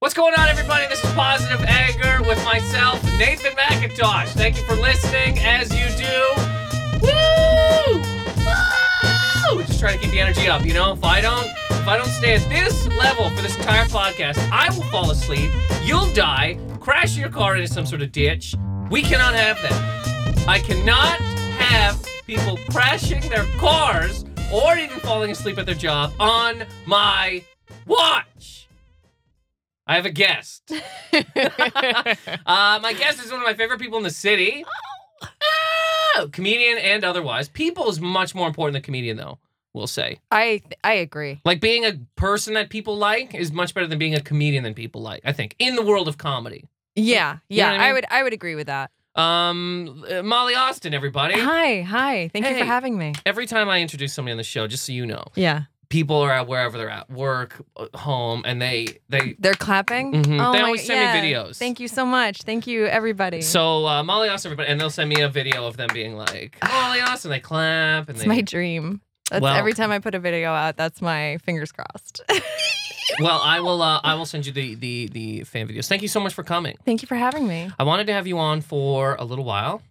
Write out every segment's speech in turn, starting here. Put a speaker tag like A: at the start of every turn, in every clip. A: What's going on, everybody? This is Positive Anger with myself, Nathan McIntosh. Thank you for listening, as you do. Woo! Woo! Just try to keep the energy up. You know, if I don't, if I don't stay at this level for this entire podcast, I will fall asleep. You'll die. Crash your car into some sort of ditch. We cannot have that. I cannot have people crashing their cars or even falling asleep at their job on my watch. I have a guest. Uh, my guest is one of my favorite people in the city. Oh, comedian and otherwise. People is much more important than comedian, though, we'll say.
B: I I agree.
A: Like being a person that people like is much better than being a comedian that people like, I think, in the world of comedy.
B: Yeah,
A: You know
B: yeah.
A: what I
B: I,
A: mean?
B: would I would agree with that.
A: Um, uh, Molly Austin, everybody.
B: Hi, hi. Thank you
A: Hey.
B: for having me.
A: Every time I introduce somebody on the show, just so you know,
B: Yeah,
A: people are at wherever they're at, work, uh, home, and they they.
B: they're clapping.
A: Mhm.
B: Oh
A: they
B: my-
A: always send
B: yeah.
A: me videos.
B: Thank you so much. Thank you, everybody.
A: So uh, Molly Austin, everybody, and they'll send me a video of them being like Molly Austin. They clap and
B: it's
A: they
B: my dream. That's
A: Well-
B: every time I put a video out. That's my fingers crossed.
A: Well, I will. Uh, I will send you the, the the fan videos. Thank you so much for coming.
B: Thank you for having me.
A: I wanted to have you on for a little while.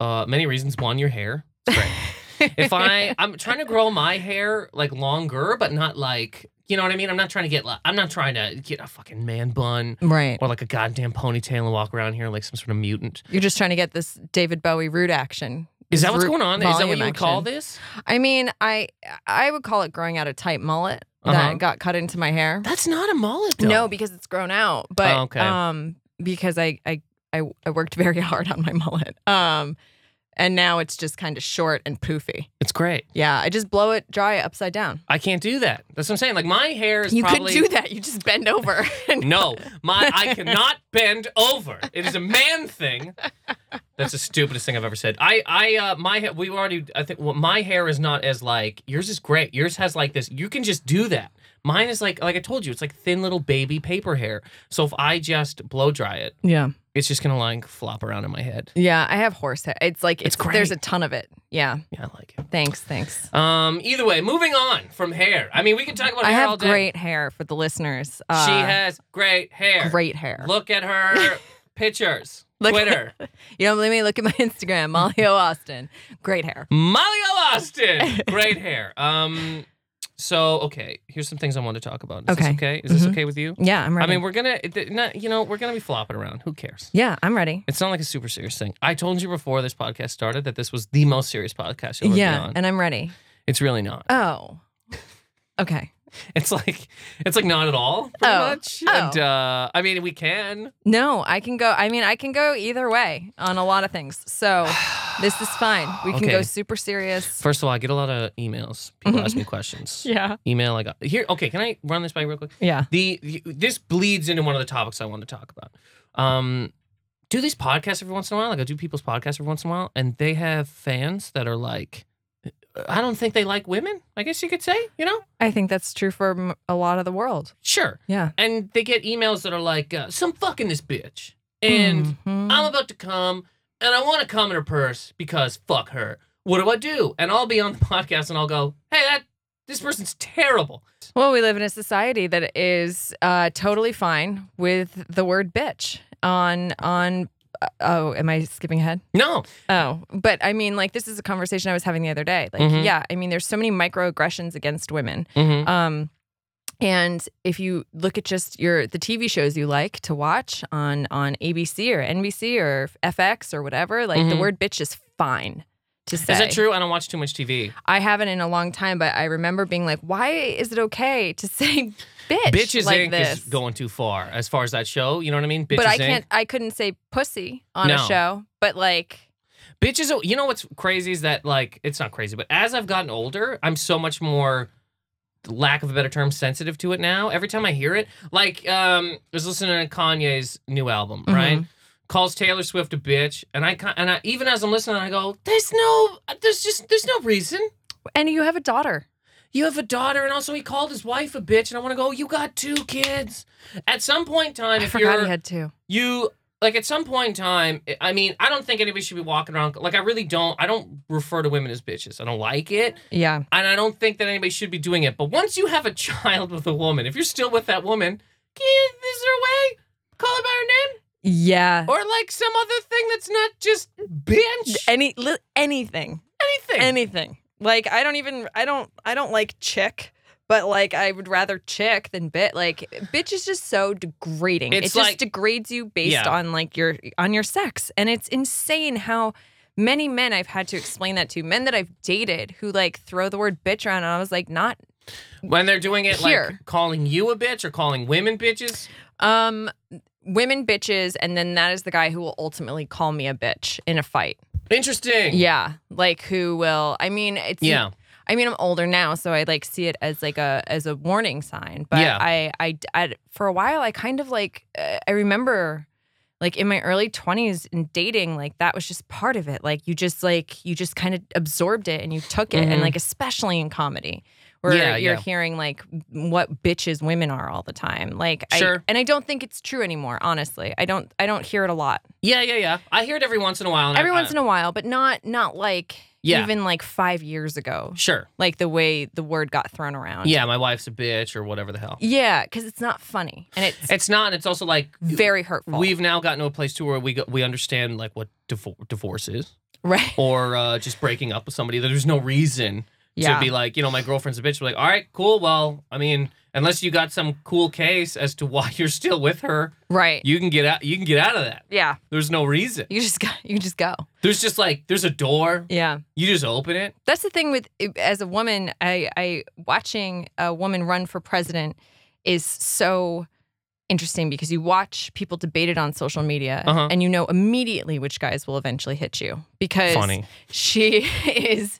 A: Uh, many reasons. One, your hair. It's great. if I, I'm trying to grow my hair like longer, but not like you know what I mean. I'm not trying to get. Like, I'm not trying to get a fucking man bun
B: right,
A: or like a goddamn ponytail and walk around here like some sort of mutant.
B: you're just trying to get this David Bowie root action.
A: Is
B: This
A: that what's
B: root
A: going on? Is that what
B: volume
A: you would call
B: action.
A: this?
B: I mean, I I would call it growing out a tight mullet
A: Uh-huh.
B: that got cut into my hair.
A: That's not a mullet. Though.
B: No, because it's grown out. But
A: Oh, okay.
B: um because I, I I I worked very hard on my mullet. Um and now it's just kind of short and poofy.
A: it's great.
B: Yeah, I just blow it dry upside down.
A: I can't do that. That's what I'm saying. Like my hair is
B: you
A: probably
B: could do that. You just bend over. and-
A: No, my I cannot bend over. It is a man thing. That's the stupidest thing I've ever said. I I uh, my ha- we already I think well, my hair is not as like yours is great. Yours has like this. You can just do that. Mine is like like I told you, it's like thin little baby paper hair. So if I just blow dry it,
B: Yeah.
A: it's just gonna like flop around in my head.
B: Yeah, I have horse hair. It's like
A: It's
B: it's,
A: great.
B: there's a ton of it. Yeah.
A: Yeah, I like it.
B: Thanks, thanks.
A: Um, either way, moving on from hair. I mean, we can talk about
B: I
A: hair all
B: have
A: day.
B: great hair for the listeners. Uh,
A: she has great hair.
B: great hair.
A: Look at her pictures.
B: Look-
A: Twitter.
B: You don't believe me? Look at my Instagram, Molly O. Austin. Great hair.
A: Molly Austin, great hair. Um, so okay, here's some things I want to talk about. Is
B: Okay.
A: this okay? Is this
B: Mhm.
A: okay with you?
B: Yeah, I'm ready.
A: I mean, we're gonna, it- it- not, you know, we're gonna be flopping around. Who cares?
B: yeah, I'm ready.
A: It's not like a super serious thing. I told you before this podcast started that this was the most serious podcast you'll ever be
B: Yeah,
A: on.
B: and I'm ready.
A: It's really not.
B: Oh. Okay.
A: It's like, it's like not at all, pretty
B: Oh.
A: much.
B: Oh.
A: And uh, I mean, we can.
B: No, I can go. I mean, I can go either way on a lot of things. So this is fine. We can
A: Okay.
B: go super serious.
A: First of all, I get a lot of emails. People
B: Mm-hmm.
A: ask me questions.
B: Yeah.
A: Email I got here. Okay, can I run this by you real quick?
B: Yeah.
A: the, the- this bleeds into one of the topics I want to talk about. Um, do these podcasts every once in a while? Like I do people's podcasts every once in a while, and they have fans that are like, uh, I don't think they like women. I guess you could say, you know,
B: I think that's true for m- a lot of the world.
A: sure.
B: Yeah.
A: And they get emails that are like, uh, "Some fucking this bitch," and
B: Mhm.
A: I'm about to come, and I want to come in her purse because fuck her. What do I do? And I'll be on the podcast, and I'll go, "Hey, that this person's terrible."
B: well, we live in a society that is uh, totally fine with the word bitch on on. uh, oh, am I skipping ahead?
A: No,
B: Oh, but I mean, like this is a conversation I was having the other day. Like,
A: Mhm.
B: yeah, I mean, there's so many microaggressions against women.
A: mm-hmm.
B: Um, and if you look at just your the TV shows you like to watch on on ABC or NBC or FX or whatever, like the
A: Mhm.
B: word bitch is fine to say.
A: is that true? I don't watch too much TV.
B: I haven't in a long time, but I remember being like, why is it okay to say bitch?
A: Bitches
B: like
A: Inc.
B: this?
A: is going too far as far as that show. You know what I mean? Bitches
B: but I
A: Inc.
B: can't. I couldn't say pussy on a
A: No.
B: show. But like,
A: Bitches. You know what's crazy is that like it's not crazy, but as I've gotten older, I'm so much more lack of a better term sensitive to it now. Every time I hear it, like um, I was listening to Kanye's new album,
B: Mm-hmm.
A: right? Calls Taylor Swift a bitch, and I ca- and I even as I'm listening, I go, "There's no, there's just, there's no reason."
B: and you have a daughter.
A: you have a daughter, and also he called his wife a bitch, and I want to go. You got two kids. At some point in time,
B: I
A: if
B: forgot
A: you're
B: he had two.
A: you like at some point in time I- i mean i don't think anybody should be walking around like i really don't i don't refer to women as bitches i don't like it
B: Yeah,
A: and i don't think that anybody should be doing it but once you have a child with a woman if you're still with that woman give- is there away? Call it by her name?
B: Yeah.
A: Or like some other thing that's not just bitch?
B: Any li- anything.
A: Anything.
B: Anything. Like I don't even I don't I don't like chick, but like I would rather chick than bit. Like bitch is just so degrading.
A: It's
B: it just
A: like-
B: degrades you based
A: Yeah.
B: on like your on your sex. And it's insane how many men I've had to explain that to, men that I've dated who like throw the word bitch around and I was like, not
A: when they're doing it
B: Here.
A: like calling you a bitch or calling women bitches.
B: um women bitches and then that is the guy who will ultimately call me a bitch in a fight.
A: Interesting.
B: Yeah, like who will? I mean, it's
A: Yeah.
B: I mean, I'm older now, so I like see it as like a as a warning sign. But
A: Yeah.
B: I, I, I- for a while, I kind of like uh, I remember, like in my early 20s and dating, like that was just part of it. Like you just like you just kind of absorbed it and you took it,
A: Mhm.
B: and like especially in comedy. Where
A: Yeah,
B: you're
A: yeah.
B: hearing like what bitches women are all the time, like I,
A: Sure.
B: and I don't think it's true anymore. Honestly, I don't I don't hear it a lot
A: Yeah, yeah, yeah. I hear it every once in a while. And
B: every
A: I,
B: once in a while, but not not like
A: Uh, Yeah.
B: even like five years ago,
A: Sure.
B: like the way the word got thrown around.
A: Yeah, my wife's a bitch or whatever the hell.
B: yeah, because it's not funny and it's,
A: It's not, and it's also like
B: very hurtful.
A: We've now gotten to a place to where we go, we understand like what divor- divorce is,
B: right?
A: or uh, just breaking up with somebody. There's no reason
B: Yeah,
A: to be like, you know, my girlfriend's a bitch. We're like, all right, cool. Well, I mean, unless you got some cool case as to why you're still with her,
B: right.
A: you can get out. You can get out of that.
B: yeah,
A: There's no reason.
B: you just go, you just go.
A: There's just like there's a door.
B: Yeah,
A: You just open it.
B: that's the thing with as a woman, I I watching a woman run for president is so interesting because you watch people debate it on social media
A: Uh-huh.
B: and you know immediately which guys will eventually hit you because she is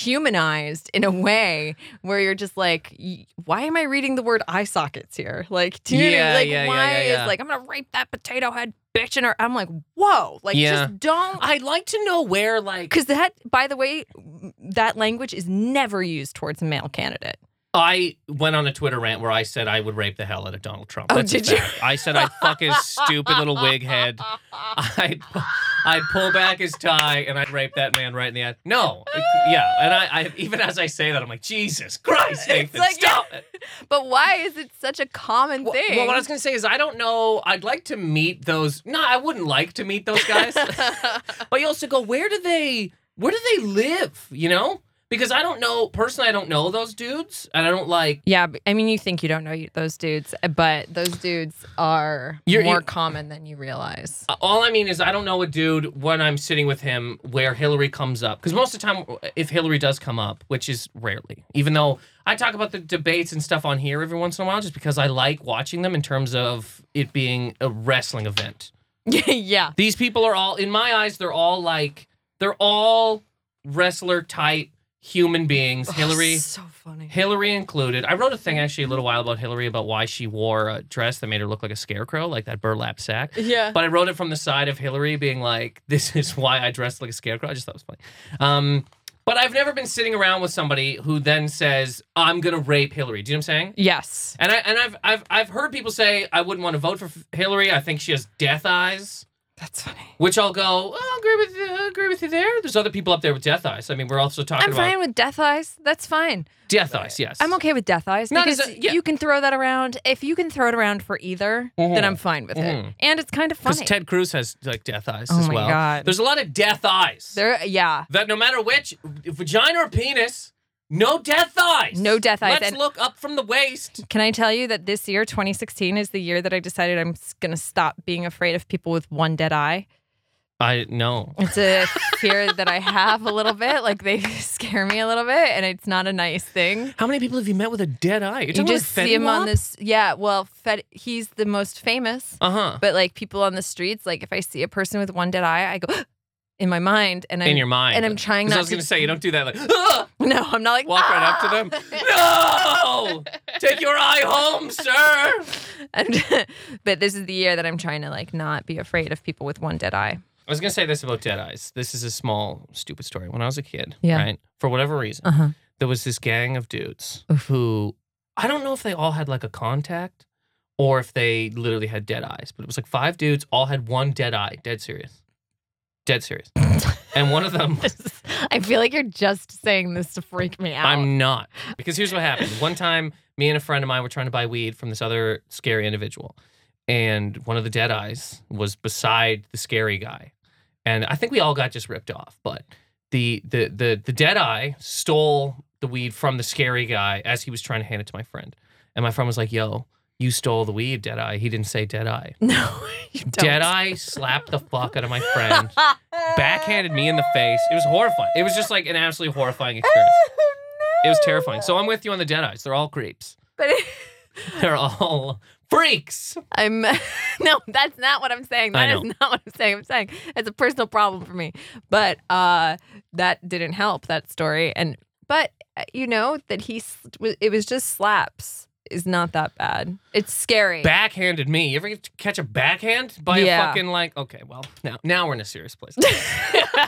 B: dehumanized in a way where you're just like, y- why am I reading the word eye sockets here? Like, do you know what I mean?
A: Yeah,
B: Like,
A: yeah, yeah,
B: why
A: yeah, yeah.
B: is like I'm gonna rape that potato head bitch in her? I'm like, whoa, like
A: Yeah.
B: just don't.
A: I'd like to know where like
B: Because that, by the way, that language is never used towards a male candidate.
A: I went on a Twitter rant where I said I would rape the hell out of Donald Trump.
B: Oh,
A: That's a
B: did you?
A: fact. I said I'd fuck his stupid little wig head. I'd, I'd pull back his tie and I'd rape that man right in the eye. No, yeah, and I, I even as I say that, I'm like, Jesus Christ, Nathan,
B: like-
A: stop it.
B: But why is it such a common
A: Well,
B: thing?
A: well, what I was gonna say is I don't know. I'd like to meet those. No, I wouldn't like to meet those guys. but you also go, where do they? Where do they live? You know, because I don't know. Personally, I don't know those dudes, and I don't like.
B: yeah, but- I mean, you think you don't know you- those dudes, but those dudes are
A: You're-
B: more
A: you- Uh,
B: common than you realize.
A: All I mean is I don't know a dude when I'm sitting with him where Hillary comes up because most of the time uh, if Hillary does come up, which is rarely, even though I talk about the debates and stuff on here every once in a while, just because I like watching them in terms of it being a wrestling event.
B: yeah.
A: These people are all, in my eyes, they're all like they're all wrestler type human beings. Oh, Hillary,
B: so funny.
A: Hillary included. I wrote a thing actually a little while about Hillary about why she wore a dress that made her look like a scarecrow, like that burlap sack.
B: Yeah.
A: But I wrote it from the side of Hillary being like, "This is why I dressed like a scarecrow." I just thought it was funny. Um, but I've never been sitting around with somebody who then says, "I'm gonna rape Hillary." Do you know what I'm saying?
B: yes.
A: And I and I've I've I've heard people say I wouldn't want to vote for F- Hillary. I think she has death eyes,
B: That's funny.
A: which I'll go. "Oh, I'll agree with you, I'll agree with you there. There's other people up there with death eyes. I mean, we're also talking
B: I'm
A: about
B: fine with death eyes. That's fine.
A: death eyes. Yes,
B: I'm okay with death eyes
A: Not as
B: because
A: a- yeah.
B: you can throw that around. If you can throw it around for either, then I'm fine with it. And it's kind of
A: Mm-hmm. Because
B: funny.
A: Ted Cruz has like death eyes
B: Oh
A: as
B: my
A: well.
B: God.
A: There's a lot of death eyes.
B: there, yeah.
A: that no matter which vagina or penis, no death eyes.
B: No death eyes,
A: Let's
B: and-
A: look up from the waist.
B: Can I tell you that this year, 2016, is the year that I decided I'm going to stop being afraid of people with one dead eye?
A: I no.
B: It's a fear that I have a little bit. Like they scare me a little bit, and it's not a nice thing.
A: How many people have you met with a dead eye? You're
B: You just see him on this. Yeah. Well, Fed, he's the most famous.
A: Uh huh.
B: But like people on the streets, like if I see a person with one dead eye, I go in my mind and I'm
A: In your mind.
B: and I'm trying
A: 'Cause
B: not
A: I was
B: to
A: gonna say you don't do that. Like "Ugh,"
B: no, I'm not like
A: walk
B: "Ah!"
A: right up to them. No, take your eye home, sir.
B: And- but this is the year that I'm trying to like not be afraid of people with one dead eye.
A: I was gonna say this about dead eyes. This is a small, stupid story. When I was a kid,
B: Yeah.
A: right? For whatever reason,
B: Uh huh.
A: there was this gang of dudes who I don't know if they all had like a contact or if they literally had dead eyes, but it was like five dudes all had one dead eye. Dead serious. Dead serious. and one of them
B: I feel like you're just saying this to freak me out.
A: I'm not. Because here's what happened. One time, me and a friend of mine were trying to buy weed from this other scary individual. and one of the Deadeyes was beside the scary guy, and I think we all got just ripped off. But the the the the Deadeye stole the weed from the scary guy as he was trying to hand it to my friend, and my friend was like, "Yo." You stole the weed, Deadeye. He didn't say Deadeye.
B: No, you don't.
A: Deadeye slapped the fuck out of my friend, backhanded me in the face. It was horrifying. It was just like an absolutely horrifying experience. It was terrifying. So I'm with you on the Deadeyes. They're all creeps.
B: But it-
A: They're all freaks.
B: I'm no, that's not what I'm saying.
A: I
B: That is
A: know.
B: not what I'm saying. I'm saying it's a personal problem for me. But uh, that didn't help that story. And but uh, you know that he s- it was just slaps is not that bad. It's scary.
A: Backhanded me. You ever get to catch a backhand by a
B: Yeah.
A: fucking like? Okay, well now now we're in a serious place.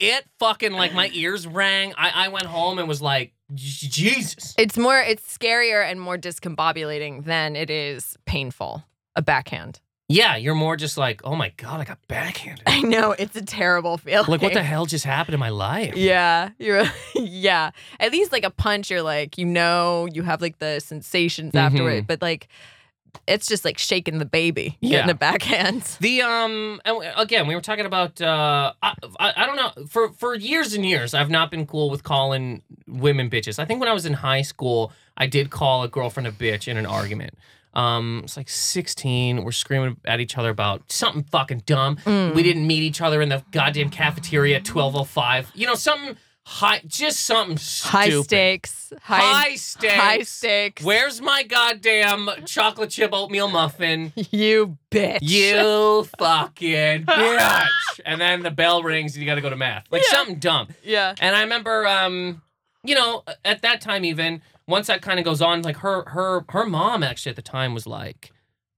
A: it fucking like my ears rang. I I went home and was like, "J- Jesus.
B: It's more it's scarier and more discombobulating than it is painful. A backhand.
A: Yeah, you're more just like, oh my god, I got backhanded.
B: I know it's a terrible feeling.
A: Like what the hell just happened in my life?
B: Yeah, you're yeah. At least like a punch, you're like you know you have like the sensations
A: Mm-hmm.
B: afterward, but like it's just like shaking the baby,
A: Yeah.
B: getting a backhand.
A: The um and we- again, we were talking about uh I, I I don't know for for years and years I've not been cool with calling women bitches. I think when I was in high school, I did call a girlfriend a bitch in an argument. Um, it's like 16. We're screaming at each other about something fucking dumb.
B: Mm.
A: We didn't meet each other in the goddamn cafeteria at 12:05. You know, something high, just something stupid.
B: High stakes, high,
A: High stakes.
B: high stakes.
A: Where's my goddamn chocolate chip oatmeal muffin?
B: you bitch?
A: You fucking bitch. And then the bell rings and you got to go to math. Like
B: Yeah.
A: something dumb.
B: yeah.
A: And I remember um you know, at that time even, once that kind of goes on like her her her mom actually at the time was like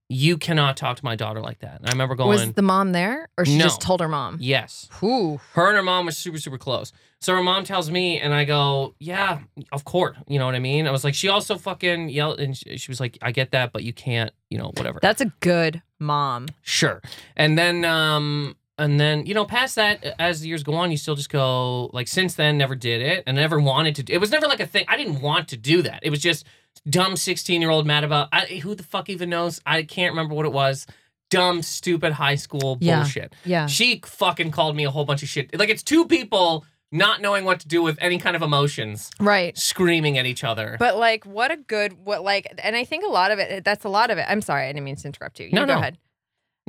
A: you cannot talk to my daughter like that. And I remember going
B: Was the mom there, or she
A: No.
B: just told her mom?
A: Yes.
B: Whew.
A: Her and her mom were super, super close. So her mom tells me, and I go, Yeah, of course. You know what I mean? I was like, She also fucking yelled, and she, she was like, I get that, but you can't, you know, whatever.
B: That's a good mom.
A: Sure. And then um and then you know past that as the years go on you still just go like since then never did it and never wanted to do- it was never like a thing I didn't want to do that. It was just dumb 16-year-old mad about I, who the fuck even knows? I can't remember what it was. Dumb stupid high school
B: Yeah.
A: bullshit.
B: Yeah.
A: She fucking called me a whole bunch of shit. Like it's two people not knowing what to do with any kind of emotions
B: Right.
A: screaming at each other.
B: But like, what a good what like, and I think a lot of it. That's a lot of it. I'm sorry, I didn't mean to interrupt you. you
A: No,
B: go
A: no.
B: ahead.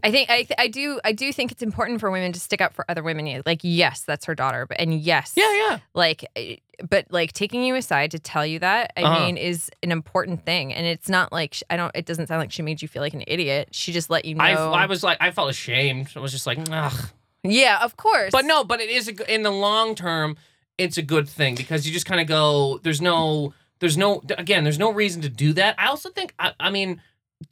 B: I think I th- I do I do think it's important for women to stick up for other women. Like, yes, that's her daughter, but and yes,
A: yeah, yeah.
B: like, eh, but like taking you aside to tell you that I
A: Uh-huh.
B: mean is an important thing, and it's not like sh- I don't. It doesn't sound like she made you feel like an idiot. She just let you know.
A: I, I was like I felt ashamed. I was just like, ugh.
B: yeah, of course.
A: But no, but it is a, g- in the long term, it's a good thing because you just kind of go. There's no, there's no, again, there's no reason to do that. I also think, I, I mean,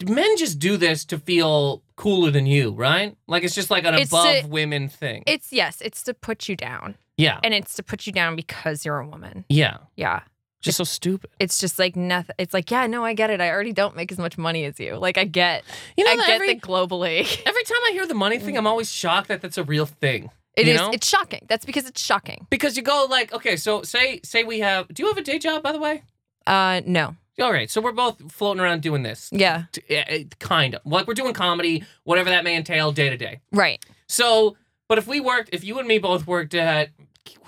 A: men just do this to feel cooler than you, right? Like it's just like an
B: It's
A: above
B: to-
A: women thing.
B: it's yes, it's to put you down,
A: yeah,
B: and it's to put you down because you're a woman.
A: yeah,
B: Yeah.
A: just so stupid.
B: it's just like nothing. It's like, yeah, no, I get it. I already don't make as much money as you. Like, I get,
A: You know,
B: I get
A: every
B: that globally.
A: every time I hear the money thing, I'm always shocked that that's a real thing.
B: It
A: You
B: is.
A: know?
B: It's shocking. That's because it's shocking.
A: Because you go like, okay, so say say we have. Do you have a day job, by the way?
B: Uh, no.
A: All right, so we're both floating around doing this,
B: Yeah.
A: t- eh, eh, kind of like we're doing comedy, whatever that may entail, day to day.
B: Right.
A: So, but if we worked, if you and me both worked at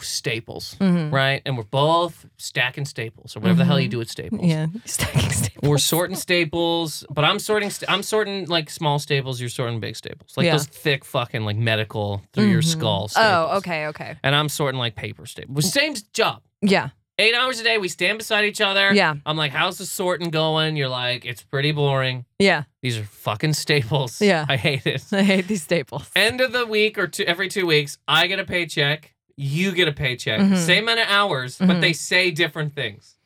A: Staples,
B: Mm-hmm.
A: right, and we're both stacking Staples or whatever the hell you do at Staples,
B: Yeah. Stacking staples.
A: we're sorting Staples. But I'm sorting, st- I'm sorting like small Staples. You're sorting big Staples, like
B: Yeah.
A: those thick fucking like medical through your
B: Mhm.
A: skull. Staples.
B: Oh, okay. Mm. Okay.
A: And I'm sorting like paper Staples. Same job.
B: Yeah.
A: Eight hours a day, we stand beside each other.
B: Yeah.
A: I'm like, how's the sorting going? You're like, it's pretty boring.
B: Yeah.
A: These are fucking staples.
B: Yeah.
A: I hate it.
B: I hate these staples.
A: end of the week or two, every two weeks, I get a paycheck, you get a paycheck,
B: Mhm.
A: same amount of hours, but
B: Mhm.
A: they say different things.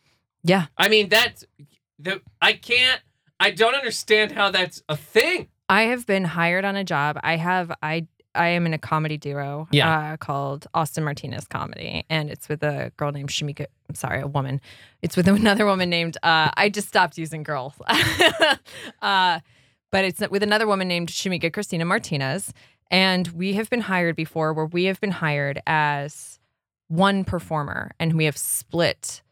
B: yeah.
A: I mean, that's the I can't. I don't understand how that's a thing.
B: I have been hired on a job. I have. I. I am in a comedy duo
A: Yeah.
B: uh, called Austin Martinez Comedy, and it's with a girl named Shamika. I'm sorry, a woman. It's with another woman named. Uh, I just stopped using girl. uh, but it's with another woman named Shamika Christina Martinez. And we have been hired before where we have been hired as one performer and we have split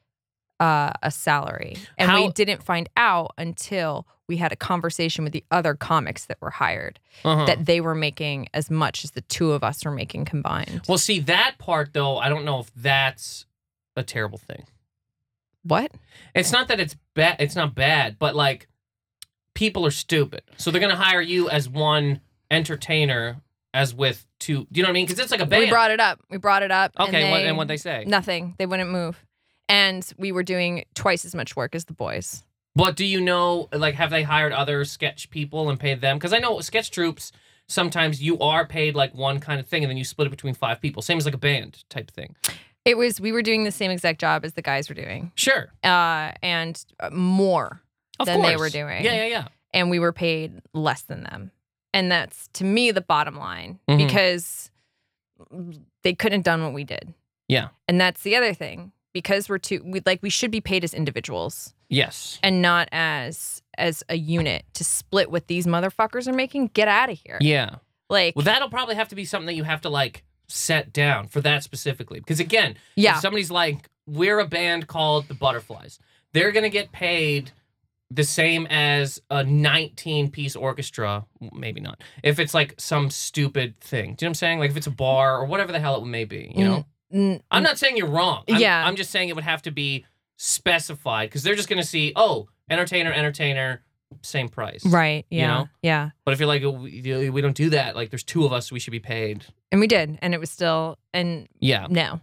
B: uh, a salary. And
A: How-
B: we didn't find out until we had a conversation with the other comics that were hired
A: Uh-huh.
B: that they were making as much as the two of us were making combined.
A: well, see that part though. I don't know if that's a terrible thing.
B: What?
A: It's not that it's bad. It's not bad, but like people are stupid, so they're gonna hire you as one entertainer as with two. Do you know what I mean? Because it's like a band.
B: We brought it up. We brought it up.
A: okay, what, and what they say?
B: Nothing. They wouldn't move. And we were doing twice as much work as the boys.
A: But do you know, like, have they hired other sketch people and paid them? Because I know sketch troops, sometimes you are paid like one kind of thing and then you split it between five people. Same as like a band type thing.
B: It was we were doing the same exact job as the guys were doing,
A: Sure.
B: uh, and uh, more,
A: Of
B: Than
A: course.
B: they were doing.
A: Yeah, yeah, yeah.
B: and we were paid less than them. And that's to me the bottom line
A: Mhm.
B: because they couldn't have done what we did.
A: Yeah.
B: And that's the other thing because we're too we like we should be paid as individuals.
A: Yes.
B: and not as as a unit to split what these motherfuckers are making. Get out of here.
A: Yeah.
B: Like
A: Well, that'll probably have to be something that you have to like set down for that specifically. Because again,
B: yeah.
A: if somebody's like, we're a band called the Butterflies, they're going to get paid the same as a 19 piece orchestra. Maybe not. If it's like some stupid thing. Do you know what I'm saying? Like if it's a bar or whatever the hell it may be, you know?
B: Mm,
A: I'm not saying you're wrong. I'm,
B: Yeah.
A: I'm just saying it would have to be specified because they're just going to see, oh, entertainer, entertainer, same price.
B: right.
A: you
B: Yeah.
A: know?
B: Yeah.
A: But if you're like, "Oh, we we don't do that, like there's two of us, we should be paid.
B: And we did. And it was still and
A: Yeah.
B: no.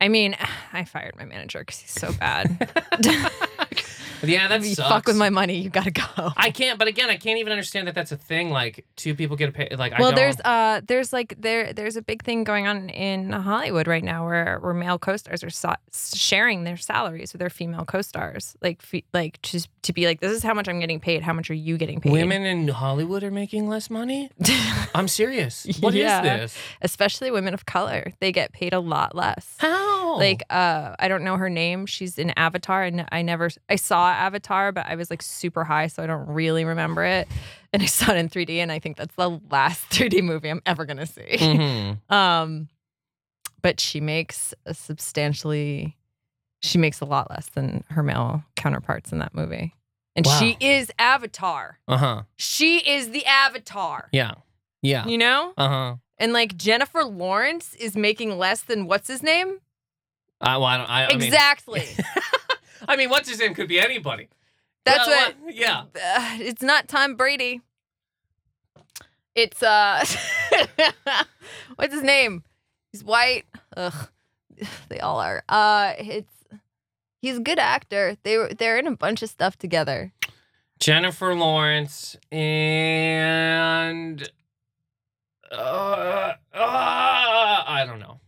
B: I mean, I fired my manager because he's so bad.
A: Yeah, that
B: If you
A: sucks.
B: fuck with my money, you gotta go.
A: I can't, but again, I can't even understand that that's a thing. Like, two people get paid. Like, I
B: well,
A: don't.
B: there's uh, there's like there, there's a big thing going on in Hollywood right now where where male co-stars are so- sharing their salaries with their female co-stars, like fe- like just to be like, this is how much I'm getting paid. How much are you getting paid?
A: women in Hollywood are making less money. I'm serious. What is
B: Yeah.
A: this?
B: especially women of color. They get paid a lot less.
A: How?
B: Like, uh, I don't know her name. She's in Avatar, and I never I saw Avatar, but I was like super high, so I don't really remember it. And I saw it in 3D, and I think that's the last 3D movie I'm ever gonna see.
A: Mhm.
B: Um, but she makes a substantially, she makes a lot less than her male counterparts in that movie, and
A: Wow.
B: she is Avatar.
A: Uh huh.
B: She is the Avatar.
A: Yeah. Yeah.
B: You know,
A: Uh huh.
B: and like Jennifer Lawrence is making less than what's his name?
A: I, well, I don't. I, I mean,
B: exactly.
A: I mean, what's his name could be anybody.
B: That's
A: Well,
B: what.
A: what- yeah.
B: Uh, it's not Tom Brady. It's uh, what's his name? He's white. Ugh, they all are. Uh, it's he's a good actor. They were they're in a bunch of stuff together.
A: Jennifer Lawrence and uh, uh, I don't know.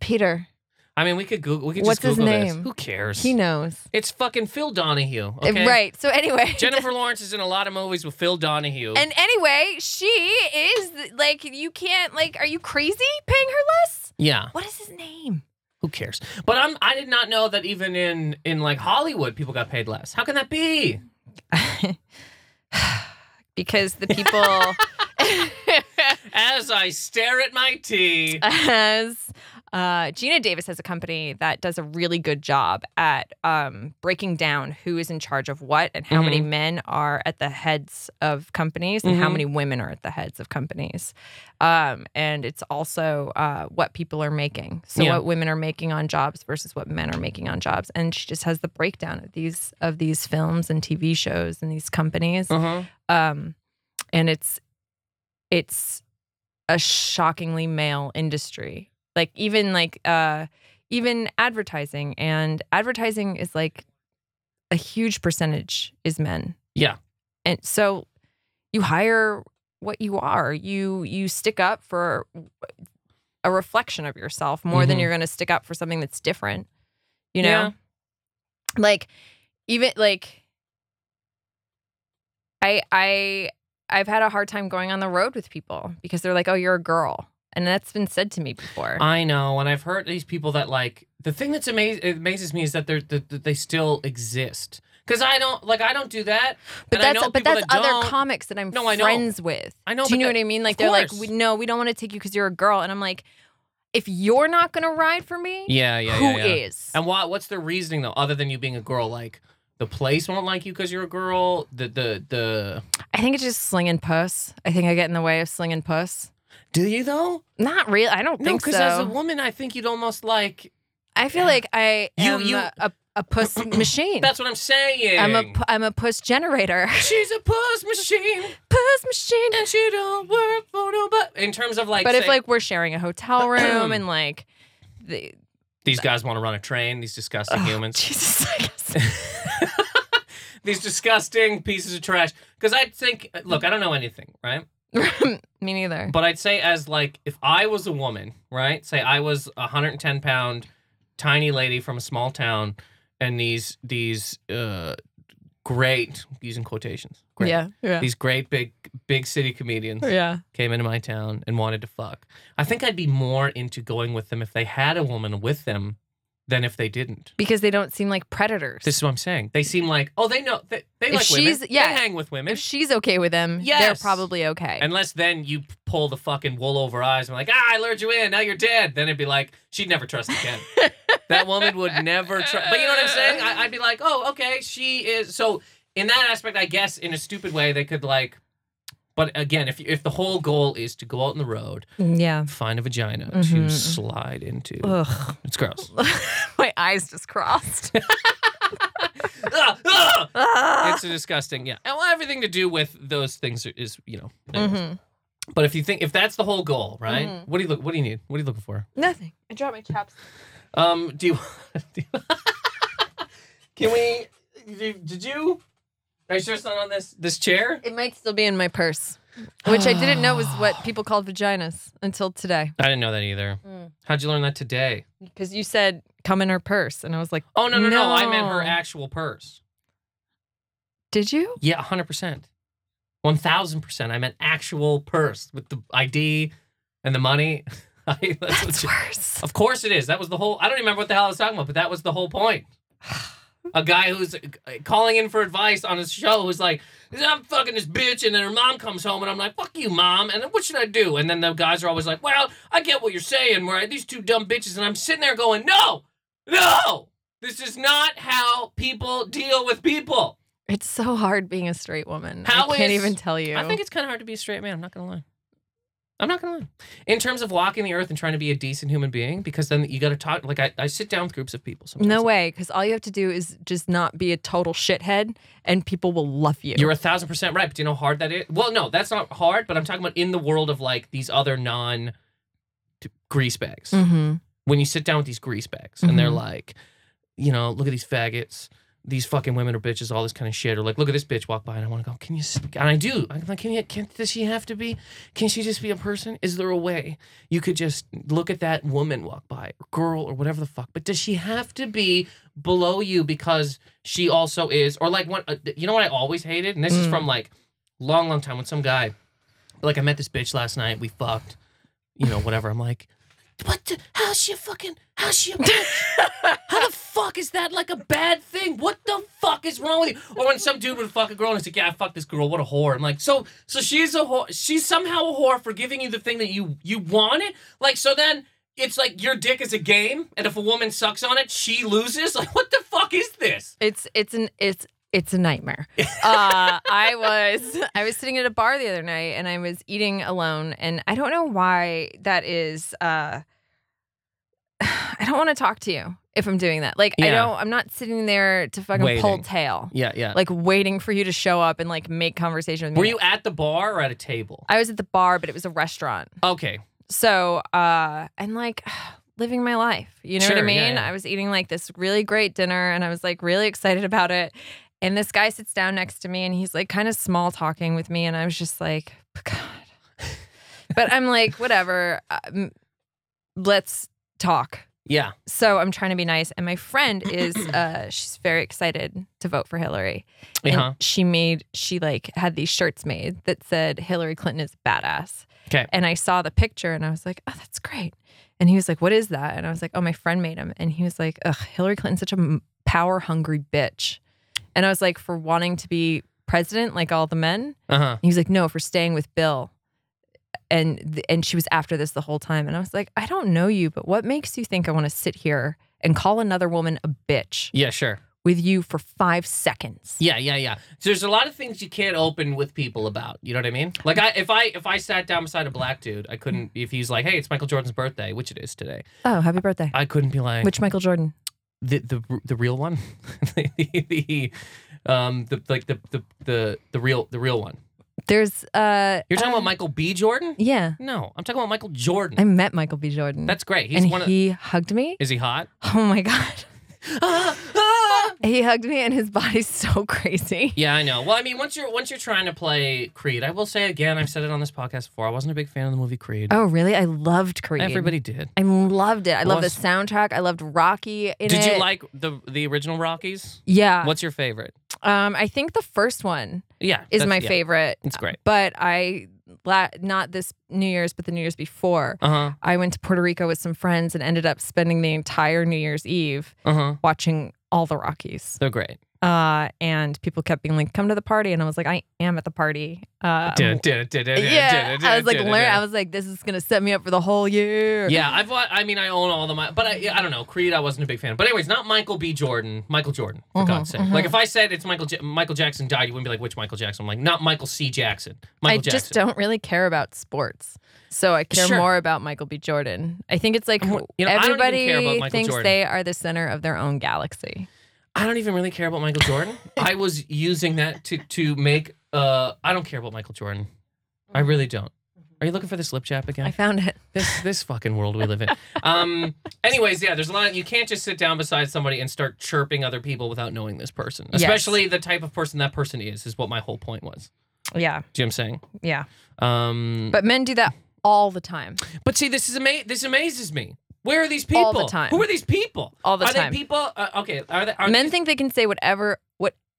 B: Peter,
A: I mean, we could Google. We could
B: What's
A: just
B: his
A: Google
B: name?
A: this. Who cares?
B: he knows.
A: it's fucking Phil Donahue.
B: Uh,
A: Okay?
B: Right. So anyway,
A: Jennifer Lawrence is in a lot of movies with Phil Donahue.
B: And anyway, she is like, you can't like, are you crazy paying her less?
A: yeah,
B: What is his name?
A: who cares? But I'm I did not know that even in in like Hollywood people got paid less. How can that be?
B: because the people,
A: As I stare at my tea.
B: as uh, Gina Davis has a company that does a really good job at um, breaking down who is in charge of what and how many men are at the heads of companies and how
A: Mhm.
B: many women are at the heads of companies. Um, and it's also uh, what people are making. So
A: Yeah.
B: what women are making on jobs versus what men are making on jobs. And she just has the breakdown of these of these films and TV shows and these companies
A: Uh-huh.
B: um, and it's it's a shockingly male industry. Like even like uh, even advertising and advertising is like a huge percentage is men.
A: Yeah.
B: and so you hire what you are. You you stick up for a reflection of yourself more than
A: Mhm.
B: you're going to stick up for something that's different. You know,
A: Yeah.
B: like even like I I I've had a hard time going on the road with people because they're like, "Oh, you're a girl," and that's been said to me before.
A: I know, and I've heard these people that like the thing that's amaz- it amazes me is that they're that, that they still exist. Because I don't like I don't do that.
B: but
A: and I
B: that's
A: know
B: but
A: people
B: that's
A: that
B: other
A: don't.
B: comics that I'm
A: No, I know.
B: friends with.
A: I know,
B: Do
A: but
B: you know
A: that-
B: what I mean? Like
A: of
B: they're like,
A: course.
B: we, "No, we don't want to take you because you're a girl," and I'm like, "If you're not gonna ride for me,
A: Yeah, yeah,
B: who
A: yeah, Oh. yeah.
B: is?"
A: And why, what's their reasoning though, other than you being a girl? Like, The place won't like you because you're a girl. The the the.
B: I think it's just slinging puss. I think I get in the way of slinging puss.
A: Do you though?
B: Not real. I don't
A: No,
B: think
A: because
B: so.
A: as a woman, I think you'd almost like.
B: I feel like I
A: You-
B: am
A: you-
B: a, a, a puss machine.
A: That's what I'm saying.
B: I'm a pu- I'm a puss generator.
A: She's a puss machine,
B: puss machine.
A: and she don't work for nobody. In terms of like,
B: But if
A: say-
B: like we're sharing a hotel room and like the
A: these guys want to run a train, these disgusting
B: Ugh,
A: humans.
B: Jesus, I guess.
A: these disgusting pieces of trash. Because I think, uh, look, I don't know anything, right?
B: me neither.
A: But I'd say, as like, if I was a woman, right? Say I was a 110 pound tiny lady from a small town, and these these uh, great using quotations, great,
B: Yeah, yeah,
A: these great big big city comedians
B: yeah.
A: came into my town and wanted to fuck. I think I'd be more into going with them if they had a woman with them than if they didn't.
B: Because they don't seem like predators.
A: This is what I'm saying. They seem like oh they know they, they
B: If
A: like women.
B: she's- yeah.
A: They hang with women.
B: if she's okay with them, they're
A: Yes.
B: probably okay.
A: Unless then you p- pull the fucking wool over eyes and be like, ah, I lured you in, now you're dead. Then it'd be like, she'd never trust again. that woman would never trust. But you know what I'm saying? I- I'd be like, oh, okay, she is. So in that aspect, I guess in a stupid way, they could like. But again, if you- if the whole goal is to go out on the road,
B: Mm, yeah.
A: find a vagina to
B: Mhm.
A: slide into,
B: Ugh.
A: it's gross.
B: My eyes just crossed.
A: Ah, ah!
B: Ah.
A: It's a disgusting. Yeah, and well, everything to do with those things is you know. anyways.
B: Mhm.
A: But if you think if that's the whole goal, right?
B: Mhm.
A: What do you look? What do you need? What are you looking for?
B: Nothing. I dropped my chaps.
A: Um, do you? Do you can we? Did, did you? Are you sure it's not on this this chair?
B: It might still be in my purse, which I didn't know was what people called vaginas until today.
A: I didn't know that either.
B: Mm.
A: How'd you learn that today?
B: Because you said come in her purse, and I was like,
A: Oh no no no! I meant her
B: No.
A: actual purse.
B: "Did you?"
A: Yeah, hundred percent, one thousand percent. I meant actual purse with the ID and the money. I- that's
B: That's
A: what you-
B: worse.
A: of course it is. That was the whole. I don't remember what the hell I was talking about, but that was the whole point. A guy who's uh, calling in for advice on his show who's like, I'm fucking this bitch. And then her mom comes home and I'm like, fuck you, mom. And then what should I do? And then the guys are always like, well, I get what you're saying, right? These two dumb bitches. And I'm sitting there going, no, no, this is not how people deal with people.
B: It's so hard being a straight woman.
A: How
B: I can't
A: is-
B: even tell you.
A: I think it's kind of hard to be a straight man. I'm not gonna lie. I'm not gonna lie. In terms of walking the earth and trying to be a decent human being, because then you got to talk. Like I, I sit down with groups of people. Sometimes.
B: no way, because all you have to do is just not be a total shithead, and people will love you.
A: You're a thousand percent right. But do you know how hard that is? Well, no, that's not hard. But I'm talking about in the world of like these other non t- grease bags.
B: hmm
A: When you sit down with these grease bags and they're
B: Mhm.
A: like, you know, look at these faggots. These fucking women are bitches, all this kind of shit. Or like, look at this bitch walk by, and I want to go. Can you? s- And I do. I'm like, can you? Can does she have to be? Can she just be a person? Is there a way you could just look at that woman walk by, or girl, or whatever the fuck? But does she have to be below you because she also is? Or like, one, uh, you know what I always hated, and this is
B: Mm.
A: from like long, long time when some guy, like, I met this bitch last night. We fucked, you know, whatever. I'm like, what? The, how's she a fucking? How's she a bitch? How the fuck is that like a bad thing? What the fuck is wrong with you? Or when some dude would fuck a girl and it's like, yeah, I fucked this girl. What a whore. I'm like, so, so she's a whore. She's somehow a whore for giving you the thing that you you wanted. Like, so then it's like your dick is a game, and if a woman sucks on it, she loses. Like, what the fuck is this?
B: It's it's an it's it's a nightmare. uh, I was I was sitting at a bar the other night, and I was eating alone, and I don't know why that is. Uh, I don't want to talk to you if I'm doing that. Like I
A: Yeah.
B: don't. I'm not sitting there to fucking pull
A: Waiting.
B: tail,
A: Yeah, yeah.
B: like waiting for you to show up and like make conversation with me.
A: Were you at the bar or at a table?
B: I was at the bar, but it was a restaurant.
A: Okay.
B: So, uh, and like living my life, you know what I
A: Sure,
B: mean?
A: yeah, yeah.
B: I was eating like this really great dinner and I was like really excited about it. And this guy sits down next to me and he's like kind of small talking with me. And I was just like, God. but I'm like, whatever, um, let's talk.
A: Yeah.
B: So I'm trying to be nice. And my friend is, uh, she's very excited to vote for Hillary. And
A: Uh-huh.
B: she made she like had these shirts made that said Hillary Clinton is badass.
A: 'Kay.
B: And I saw the picture and I was like, oh, that's great. And he was like, what is that? And I was like, oh, my friend made him. And he was like, ugh, Hillary Clinton's such a power hungry bitch. And I was like, for wanting to be president like all the men.
A: Uh huh.
B: He was like, no, for staying with Bill. And th- and she was after this the whole time. And I was like, I don't know you, but what makes you think I want to sit here and call another woman a bitch?
A: Yeah, sure.
B: with you for five seconds.
A: Yeah, yeah, yeah. So there's a lot of things you can't open with people about. You know what I mean? Like I if I if I sat down beside a black dude, I couldn't if he's like, "Hey, it's Michael Jordan's birthday," which it is today.
B: Oh, happy birthday.
A: I couldn't be like
B: Which Michael Jordan?
A: the the the real one. the, the, the um the like the the the the real the real one.
B: There's uh
A: You're talking
B: uh,
A: about Michael B Jordan?
B: Yeah.
A: No, I'm talking about Michael Jordan.
B: I met Michael B. Jordan.
A: That's great. He's
B: and
A: one of
B: he hugged me.
A: Is he hot?
B: Oh my god. He hugged me and his body's so crazy.
A: Yeah, I know. Well, I mean, once you're once you're trying to play Creed, I will say again, I've said it on this podcast before. I wasn't a big fan of the movie Creed.
B: Oh really? I loved Creed.
A: Everybody did.
B: I loved it. I loved the
A: Was-
B: soundtrack. I loved Rocky in Uh,
A: Did
B: it.
A: you like the the original Rockies?
B: Yeah.
A: What's your favorite?
B: Um I think the first one
A: Yeah,
B: is
A: that's-
B: my
A: yeah,
B: favorite.
A: It's great.
B: But I la- not this New Year's but the New Year's before.
A: Uh huh.
B: I went to Puerto Rico with some friends and ended up spending the entire New Year's Eve
A: Uh huh.
B: watching all the Rockies.
A: They're great.
B: Uh, and people kept being like, "Come to the party," and I was like, "I am at the party." Uh,
A: Dun, dun, dun, dun, dun,
B: yeah,
A: dun, dun,
B: I was like,
A: dun,
B: learn.
A: dun,
B: I
A: dun.
B: was like, "This is gonna set me up for the whole year."
A: Yeah, I've. wa- I mean, I own all the. But I, I don't know. Creed, I wasn't a big fan. Of. But anyways, not Michael B. Jordan. Michael Jordan, for
B: Mhm,
A: God's sake.
B: mhm.
A: Like if I said it's Michael J- Michael Jackson died, you wouldn't be like, which Michael Jackson? I'm like, not Michael C. Jackson. Michael
B: I
A: Jackson.
B: just don't really care about sports, so I care
A: Sure.
B: more about Michael B. Jordan. I think it's like
A: I'm more- you know, I don't even
B: everybody
A: care about Michael
B: thinks
A: Jordan.
B: they are the center of their own galaxy.
A: I don't even really care about Michael Jordan. I was using that to to make. Uh, I don't care about Michael Jordan. I really don't. Are you looking for this lip chap again?
B: I found it.
A: this this fucking world we live in. Um. Anyways, yeah, there's a lot. you can't just sit down beside somebody and start chirping other people without knowing this person,
B: Yes.
A: especially the type of person that person is. Is what my whole point was. Do
B: Yeah,
A: you know what I'm saying?
B: yeah.
A: Um. But,
B: But men do that all the time.
A: see, this is ama- This amazes me. Where are these people?
B: All the time.
A: Who are these people?
B: All the
A: are
B: time.
A: they people? Uh, okay. Are they? Are
B: Men think they can say whatever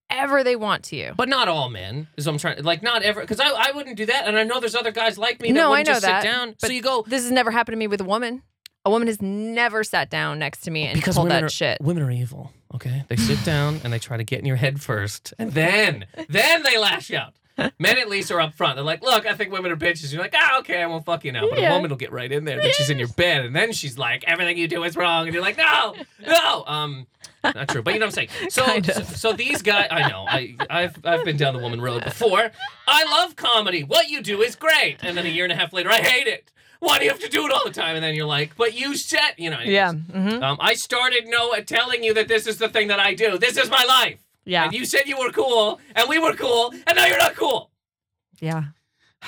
B: whatever they want to you.
A: But not all men is what I'm trying. Like not ever, because I, I wouldn't do that, and I know there's other guys like me that
B: No, I
A: wouldn't
B: know
A: just
B: that,
A: sit down. So
B: but
A: you go
B: This has never happened to me with a woman. A woman has never sat down next to me and
A: because
B: told
A: women
B: that
A: are,
B: shit.
A: Women are evil. Okay, they sit down and they try to get in your head first, and then then they lash out. Men at least are up front. They're like, "Look, I think women are bitches." You're like, "Ah, okay, I won't fuck you now." But
B: Yeah.
A: a woman will get right in there. Then she's in your bed, and then she's like, "Everything you do is wrong," and you're like, "No, no." Um, not true, but you know what I'm saying. So,
B: Kind
A: so,
B: of.
A: so these guys, I know, I, I've I've been down the woman road before. I love comedy. What you do is great. And then a year and a half later, I hate it. Why do you have to do it all the time? And then you're like, "But you said," you know. anyways.
B: Yeah. mhm.
A: Um, I started no telling you that this is the thing that I do. This is my life.
B: Yeah.
A: And you said you were cool, and we were cool, and now you're not cool.
B: Yeah.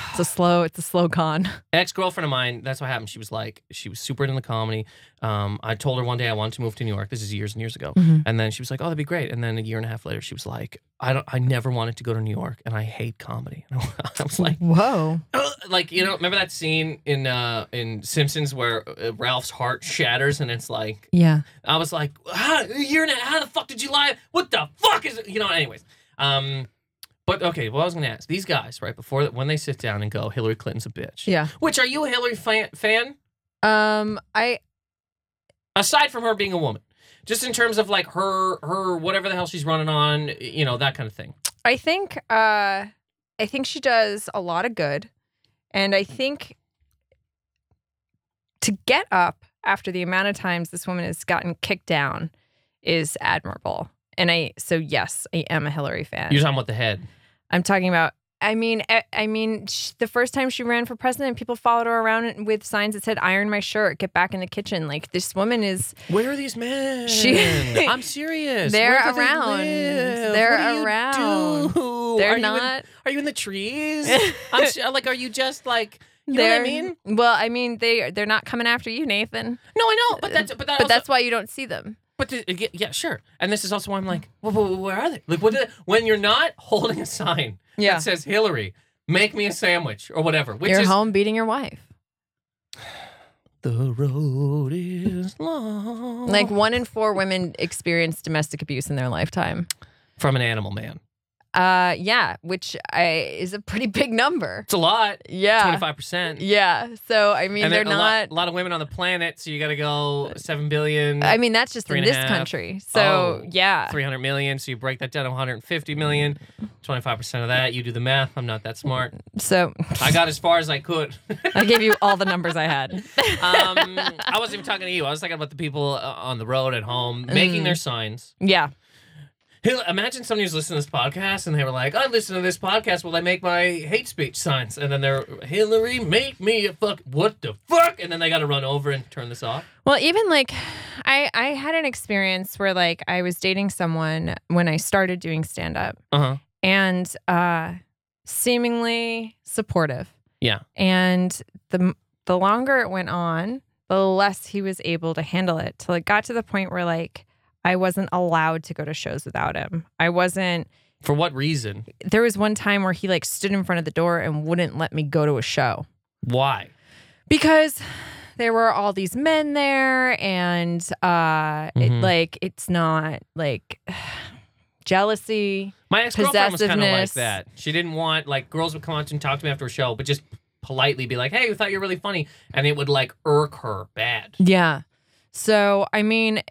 B: It's a slow, it's a slow con.
A: Ex girlfriend of mine. That's what happened. She was like, she was super into the comedy. Um, I told her one day I wanted to move to New York. This is years and years ago.
B: Mhm.
A: And then she was like, "Oh, that'd be great." And then a year and a half later, she was like, "I don't. I never wanted to go to New York, and I hate comedy." And I was like,
B: Whoa.
A: "Ugh." like you know, remember that scene in uh in Simpsons where uh, Ralph's heart shatters, and it's like
B: Yeah.
A: I was like, how, a year and a how the fuck did you lie? What the fuck is it? You know, anyways. Um, but okay, well, I was going to ask these guys, right, before that, when they sit down and go, Hillary Clinton's a bitch.
B: Yeah.
A: Which, are you a Hillary fan, fan?
B: Um, I
A: Aside from her being a woman, just in terms of like her, her, whatever the hell she's running on, you know, that kind of thing.
B: I think uh I think she does a lot of good. And I think to get up after the amount of times this woman has gotten kicked down is admirable. And I so yes, I am a Hillary fan.
A: You're talking about the head.
B: I'm talking about. I mean, I, I mean, sh the first time she ran for president, people followed her around with signs that said "Iron my shirt, get back in the kitchen." Like this woman is,
A: Where are these men?
B: She-
A: I'm serious.
B: They're
A: Where do they
B: around.
A: live?
B: They're
A: What do you
B: around.
A: do?
B: they're
A: Are you in-
B: not.
A: are you in the trees? I'm s- like, are you just like? You know what I
B: they're
A: mean?
B: well, I mean, they they're not coming after you, Nathan.
A: No, I know, but that's Uh, but that
B: But
A: also,
B: that's why you don't see them.
A: but the, yeah, yeah, sure. And this is also why I'm like, well, well, where are they? Like, what? do- When you're not holding a sign
B: Yeah.
A: that says Hillary, make me a sandwich or whatever, which
B: You're
A: is
B: home beating your wife.
A: the road is long,
B: Like one in four women experience domestic abuse in their lifetime.
A: from an animal man.
B: Uh, yeah, which I is a pretty big number.
A: It's a lot, twenty
B: Yeah,
A: five percent.
B: yeah. So I mean,
A: And
B: they're
A: there are a lot-
B: not.
A: a lot of women on the planet, so you got to go seven billion.
B: I mean, that's just
A: Three
B: in
A: and a
B: this
A: half.
B: country. So
A: Oh.
B: yeah,
A: 300 million, so you break that down to 150 million. 25% of that, you do the math. I'm not that smart.
B: so
A: I got as far as I could.
B: I gave you all the numbers I had.
A: um, Mm. I wasn't even talking to you. I was talking about the people uh, on the road at home making their signs.
B: Yeah.
A: He'll- Imagine somebody who's listening to this podcast and they were like, I listen to this podcast while I make my hate speech signs. And then they're, Hillary, make me a fuck. What the fuck? And then they got to run over and turn this off.
B: Well, even like I I had an experience where like I was dating someone when I started doing stand up
A: Uh huh.
B: and uh seemingly supportive.
A: Yeah.
B: And the the longer it went on, the less he was able to handle it. Till it got to the point where like I wasn't allowed to go to shows without him. I wasn't
A: For what reason?
B: there was one time where he like stood in front of the door and wouldn't let me go to a show
A: Why?
B: because there were all these men there and uh it,
A: Mhm.
B: like it's not like jealousy
A: My ex girlfriend was kind of like
B: Possessiveness.
A: that. She didn't want like girls would come up to and talk to me after a show, but just politely be like, "Hey, we thought you were really funny," and it would like irk her bad.
B: yeah so i mean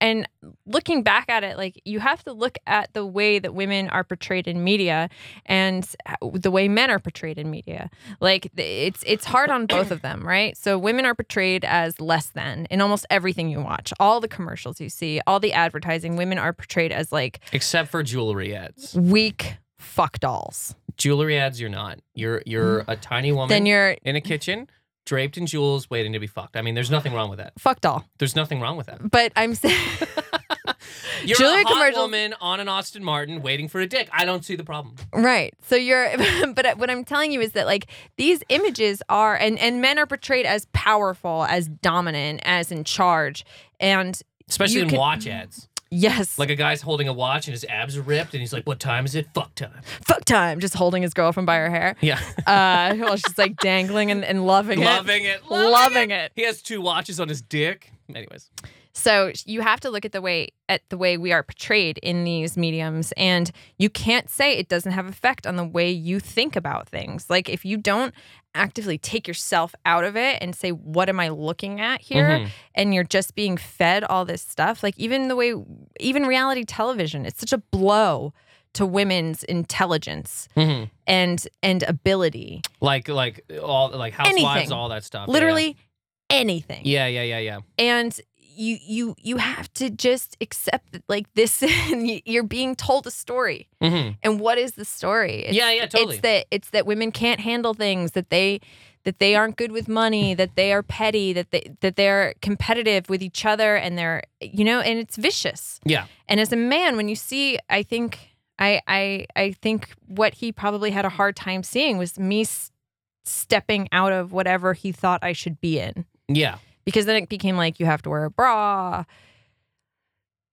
B: and looking back at it like you have to look at the way that women are portrayed in media and uh, the way men are portrayed in media like th- it's it's hard on both of them right so women are portrayed as less than in almost everything you watch all the commercials you see all the advertising women are portrayed as like
A: Except for jewelry ads.
B: weak fuck dolls.
A: Jewelry ads, you're not. You're you're a tiny woman
B: Mm. Then you're
A: in a kitchen, draped in jewels, waiting to be fucked. I mean, there's nothing wrong with that.
B: fuck doll.
A: There's nothing wrong with that.
B: But I'm saying
A: You're
B: Jewelry
A: a hot
B: commercials-
A: woman on an Austin Martin waiting for a dick. I don't see the problem.
B: right. So you're but uh, what I'm telling you is that like these images are and and men are portrayed as powerful, as dominant, as in charge. And
A: Especially
B: You
A: in
B: can-
A: watch ads.
B: yes, like
A: Like a guy's holding a watch and his abs are ripped and he's like, What time is it? Fuck time.
B: fuck time, just holding his girlfriend by her hair.
A: Yeah.
B: Uh while she's like dangling and, and loving, it.
A: Loving it. Loving,
B: Loving it.
A: He has two watches on his dick. Anyways.
B: So you have to look at the way at the way we are portrayed in these mediums and you can't say it doesn't have effect on the way you think about things. Like if you don't actively take yourself out of it and say what am I looking at here
A: Mhm.
B: and you're just being fed all this stuff, like even the way even reality television, it's such a blow to women's intelligence
A: Mhm.
B: and and ability.
A: Like like all like housewives,
B: Anything.
A: all that stuff.
B: Literally anything.
A: Yeah, yeah, yeah, yeah.
B: and you you you have to just accept that like this you're being told a story
A: Yeah, Mhm.
B: and what is the story it's,
A: yeah, yeah, totally.
B: it's that it's that women can't handle things that they that they aren't good with money that they are petty that they that they're competitive with each other and they're you know and it's vicious
A: Yeah.
B: and as a man when you see i think i i i think what he probably had a hard time seeing was me s- stepping out of whatever he thought i should be in
A: yeah.
B: because then it became like you have to wear a bra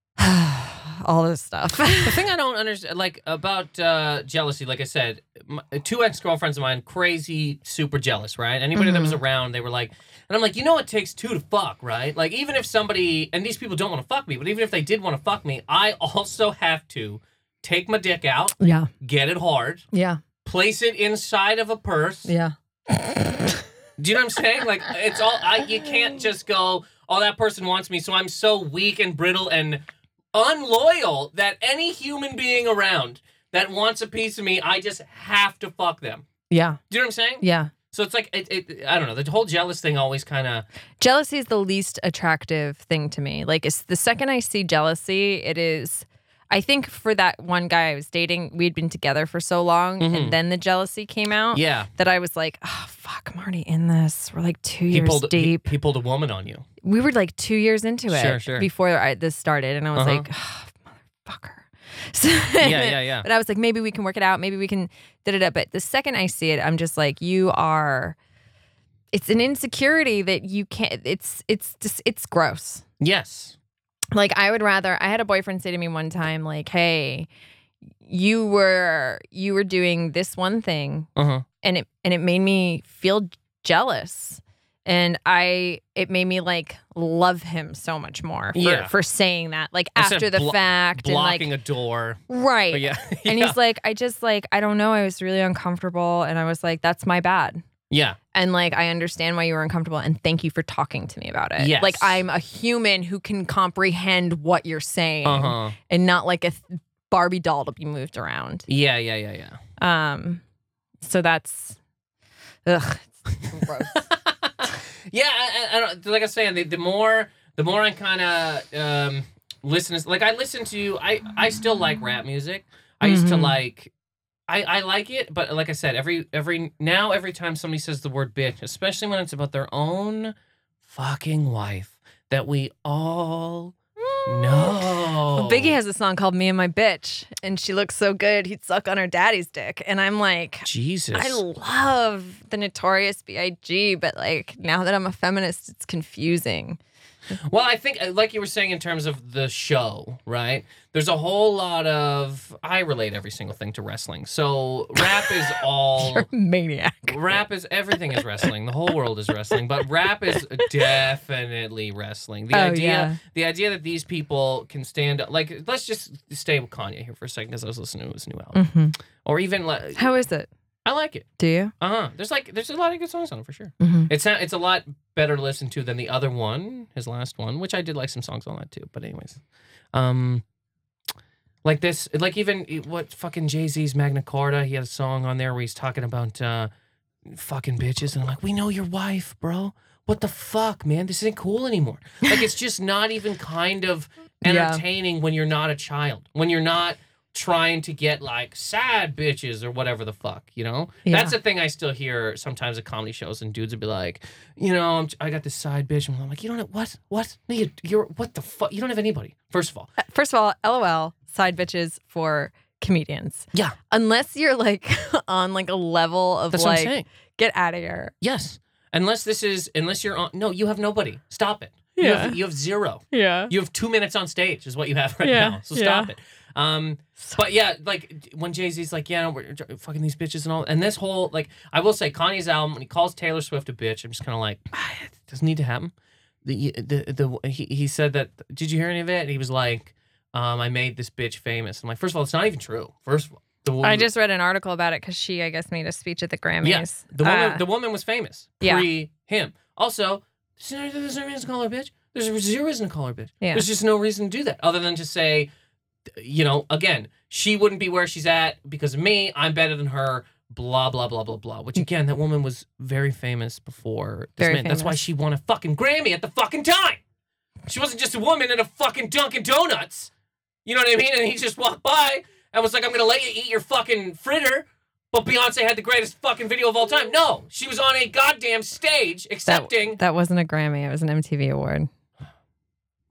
B: all this stuff
A: The thing I don't understand, like about uh, jealousy, like I said, my, two ex girlfriends of mine, crazy, super jealous, right? Anybody that was around, they were like, and I'm like, you know, it takes two to fuck, right? Like, even if somebody, and these people don't want to fuck me, but even if they did want to fuck me, I also have to take my dick out,
B: yeah
A: get it hard,
B: yeah
A: place it inside of a purse.
B: yeah
A: Do you know what I'm saying? Like it's all I, you can't just go. Oh, that person wants me, so I'm so weak and brittle and unloyal that any human being around that wants a piece of me, I just have to fuck them.
B: yeah
A: Do you know what I'm saying?
B: yeah
A: So it's like it, it, I don't know. The whole jealous thing always kind of
B: jealousy is the least attractive thing to me like it's the second i see jealousy it is i think for that one guy i was dating we'd been together for so long
A: Mhm.
B: and then the jealousy came out
A: yeah.
B: that i was like oh fuck i'm already in this we're like two
A: He
B: years
A: pulled he,
B: deep
A: he pulled a woman on you.
B: we were like two years into it
A: Sure, sure.
B: before I, this started and i was
A: Uh-huh.
B: like oh, motherfucker so,
A: yeah.
B: But I was like, maybe we can work it out. Maybe we can da da da. But the second I see it, I'm just like, you are. It's an insecurity that you can't. It's it's just it's gross.
A: Yes.
B: Like I would rather. I had a boyfriend say to me one time, like, "Hey, you were you were doing this one thing,
A: Uh huh.
B: and it and it made me feel jealous." And I, it made me like love him so much more for,
A: Yeah.
B: for saying that, like
A: Instead of
B: after the
A: blo-
B: fact, and like
A: Blocking a door.
B: right,
A: But yeah.
B: and
A: yeah.
B: he's like, I just like, I don't know. I was really uncomfortable. And I was like, that's my bad.
A: yeah.
B: And like, I understand why you were uncomfortable. And thank you for talking to me about it.
A: Yes.
B: Like, I'm a human who can comprehend what you're saying
A: Uh huh.
B: and not like a th- Barbie doll to be moved around.
A: Yeah. Yeah. Yeah. Yeah.
B: Um, so that's, ugh, it's gross.
A: yeah, I, I- I don't. Like I was saying, the, the more the more I kind of um, listen to like I listen to I I still like rap music. I used to
B: Mhm.
A: like I I like it, but like I said, every every now every time somebody says the word bitch, especially when it's about their own fucking wife that we all know.
B: Well, Biggie has a song called "Me and My Bitch," and she looks so good, he'd suck on her daddy's dick, and I'm like,
A: Jesus.
B: I love the Notorious B.I.G., but like now that I'm a feminist, it's confusing.
A: Well, I think, uh, like you were saying, in terms of the show, right? There's a whole lot of. I relate every single thing to wrestling. So rap is all.
B: You're a maniac.
A: Rap is everything is wrestling. The whole world is wrestling, but rap is definitely wrestling. The
B: Oh,
A: idea,
B: yeah.
A: the idea that these people can stand up, like let's just stay with Kanye here for a second because I was listening to his new album, or even like
B: Mm. How is it?
A: I like it.
B: Mm-hmm. Do you?
A: Uh huh. There's like there's a lot of good songs on it for sure.
B: Mhm.
A: It's not, it's a lot better to listen to than the other one, his last one, which I did like some songs on that too. But anyways, um, like this, like even eh, what fucking Jay Z's Magna Carta, he had a song on there where he's talking about uh, fucking bitches, and I'm like, we know your wife, bro. What the fuck, man? This isn't cool anymore. Like it's just not even kind of
B: Yeah.
A: entertaining when you're not a child, when you're not trying to get like sad bitches or whatever the fuck, you know?
B: Yeah.
A: That's the thing I still hear sometimes at comedy shows and dudes would be like, you know, I'm, I got this side bitch. And I'm like, you don't know what? What? No, you, you're, what the fuck? You don't have anybody, first of all.
B: First of all, LOL, side bitches for comedians.
A: Yeah.
B: Unless you're like on like a level of
A: That's what I'm
B: like,
A: saying.
B: get out of here.
A: Yes. Unless this is, unless you're on, no, you have nobody. Stop it. You,
B: Yeah.
A: have, you have zero.
B: Yeah.
A: You have two minutes on stage is what you have right
B: Yeah,
A: now. So stop it. Um, but yeah, like when Jay Z's like, yeah, we're j- fucking these bitches and all, and this whole like, I will say Kanye's album when he calls Taylor Swift a bitch, I'm just kind of like, ah, it doesn't need to happen. The the the he, he said that. Did you hear any of it? And he was like, um, I made this bitch famous. I'm like, first of all, it's not even true. First of all, the woman,
B: I just read an article about it because she, I guess, made a speech at the Grammys.
A: Yeah, the woman
B: Uh,
A: the woman was famous
B: yeah.
A: pre him. Also, there's no, there's no reason to call her a bitch. There's zero reason to call her a bitch.
B: Yeah.
A: There's just no reason to do that other than to say, you know, again, she wouldn't be where she's at because of me. I'm better than her. Blah blah blah blah blah. Which again, that woman was very famous before this
B: Mm. Very
A: man. That's why
B: famous.
A: she won a fucking Grammy at the fucking time. She wasn't just a woman in a fucking Dunkin' Donuts. You know what I mean? And he just walked by and was like, "I'm gonna let you eat your fucking fritter." But Beyonce had the greatest fucking video of all time. No, she was on a goddamn stage accepting.
B: that, that wasn't a Grammy. It was an MTV award.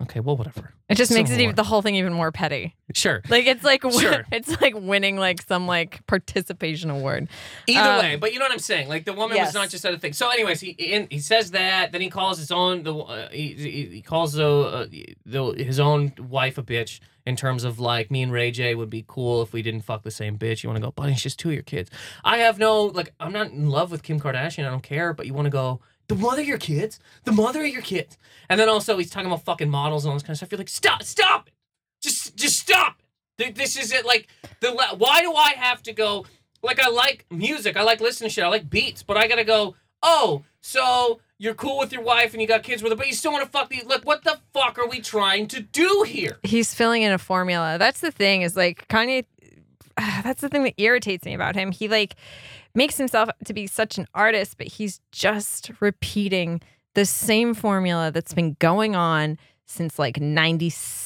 A: okay, well, whatever.
B: It just makes
A: Some
B: it even,
A: award.
B: the whole thing even more petty.
A: Sure.
B: Like it's like win-
A: Sure.
B: it's like winning like some like participation award.
A: Either
B: Um,
A: way, but you know what I'm saying. Like the woman was
B: yes.
A: not just at a thing. So, anyways, he in, he says that. Then he calls his own the uh, he, he he calls the, uh, the his own wife a bitch in terms of like me and Ray J would be cool if we didn't fuck the same bitch. You want to go, buddy? It's just two of your kids. I have no like. I'm not in love with Kim Kardashian. I don't care. But you want to go. The mother of your kids, the mother of your kids, and then also he's talking about fucking models and all this kind of stuff. You're like, stop, stop it, just, just stop it. Th- This is it. Like, the la- why do I have to go? Like, I like music, I like listening to shit, I like beats, but I gotta go. Oh, so you're cool with your wife and you got kids with her, but you still want to fuck these. Like, what the fuck are we trying to do here?
B: He's filling in a formula. That's the thing is like Kanye that's the thing that irritates me about him. He like makes himself to be such an artist, but he's just repeating the same formula that's been going on since like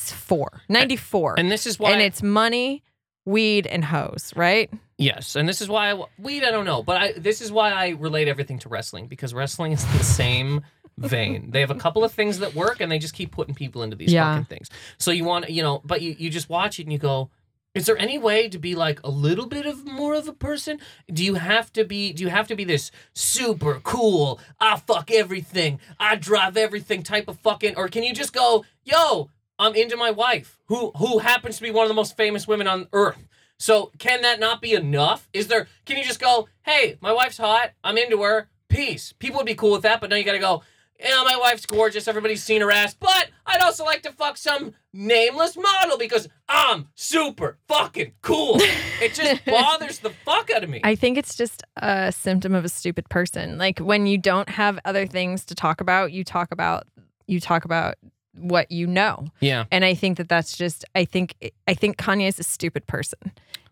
B: 94. 94.
A: And this is why.
B: and it's money, weed and hoes, right?
A: Yes, and this is why I, weed. I don't know, but I, this is why I relate everything to wrestling because wrestling is the same vein. They have a couple of things that work, and they just keep putting people into these
B: Yeah.
A: fucking things. So you want, you know, but you, you just watch it and you go, is there any way to be like a little bit of more of a person? Do you have to be? Do you have to be this super cool? I fuck everything. I drive everything type of fucking, or can you just go, yo? I'm into my wife, who who happens to be one of the most famous women on earth. So can that not be enough? Is there? Can you just go? Hey, my wife's hot. I'm into her. Peace. People would be cool with that, but now you gotta go. Yeah, my wife's gorgeous. Everybody's seen her ass, but I'd also like to fuck some nameless model because I'm super fucking cool. It just bothers the fuck out of me.
B: I think it's just a symptom of a stupid person. Like when you don't have other things to talk about, you talk about you talk about what you know.
A: yeah.
B: And I think that that's just I think I think Kanye is a stupid person.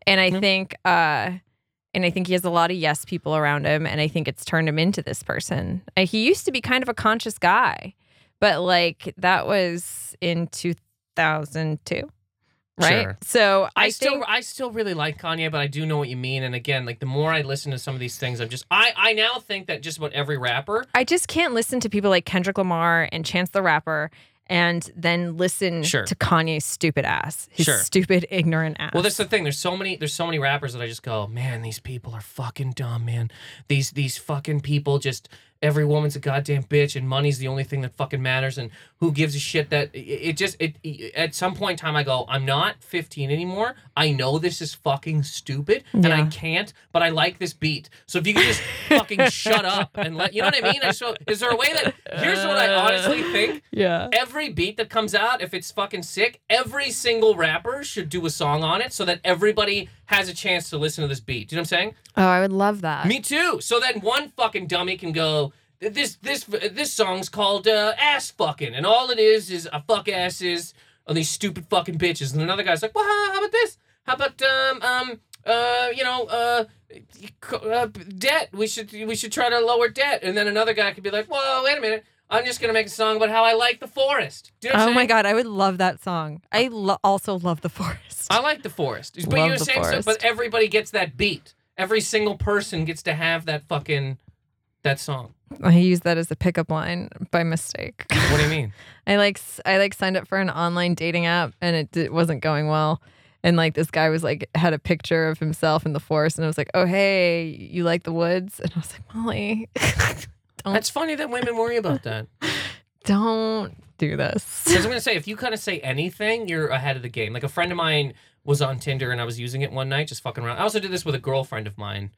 B: And I
A: Mhm.
B: think uh and I think he has a lot of yes people around him and I think it's turned him into this person. Uh, he used to be kind of a conscious guy, but like that was in 2000 2002. Right.
C: Sure.
B: So I,
A: I, still
B: think
A: I still really like Kanye, but I do know what you mean. And again, like the more I listen to some of these things, I'm just I I now think that just about every rapper.
B: I just can't listen to people like Kendrick Lamar and Chance the Rapper and then listen
C: Sure.
B: to Kanye's stupid ass, his
C: Sure.
B: stupid ignorant ass.
A: Well, that's the thing. There's so many there's so many rappers that I just go, man, these people are fucking dumb, man. These these fucking people just every woman's a goddamn bitch, and money's the only thing that fucking matters. And who gives a shit that it, it just it, it- at some point in time I go, I'm not 15 anymore. I know this is fucking stupid, and I
B: Yeah.
A: can't, but I like this beat. So if you could just fucking shut up and let you know what I mean. I just, is there a way that here's what I honestly think
B: yeah.
A: every beat that comes out, if it's fucking sick, every single rapper should do a song on it so that everybody has a chance to listen to this beat. Do you know what I'm saying?
B: Oh, I would love that.
A: Me too. So then one fucking dummy can go. This this this song's called uh, ass fucking, and all it is is I fuck asses on these stupid fucking bitches. And another guy's like, well, how, how about this? How about um um uh you know uh, uh debt? We should we should try to lower debt. And then another guy could be like, whoa, wait a minute. I'm just gonna make a song about how I like the forest. Do you know what I'm
B: oh my
A: saying?
B: god, I would love that song. I lo- also love the forest.
A: I like the forest. But
B: Love
A: you're
B: the
A: saying so,
B: forest.
A: but everybody gets that beat. Every single person gets to have that fucking that song.
B: I used that as a pickup line by mistake.
A: What do you mean?
B: I like s- I like signed up for an online dating app and it, it wasn't going well. And like this guy was like had a picture of himself in the forest and I was like, "Oh hey, you like the woods?" And I was like, "Molly,
A: That's funny that women worry about that.
B: don't do this."
A: Because I'm gonna say, if you kind of say anything, you're ahead of the game. Like a friend of mine was on Tinder and I was using it one night, just fucking around. I also did this with a girlfriend of mine.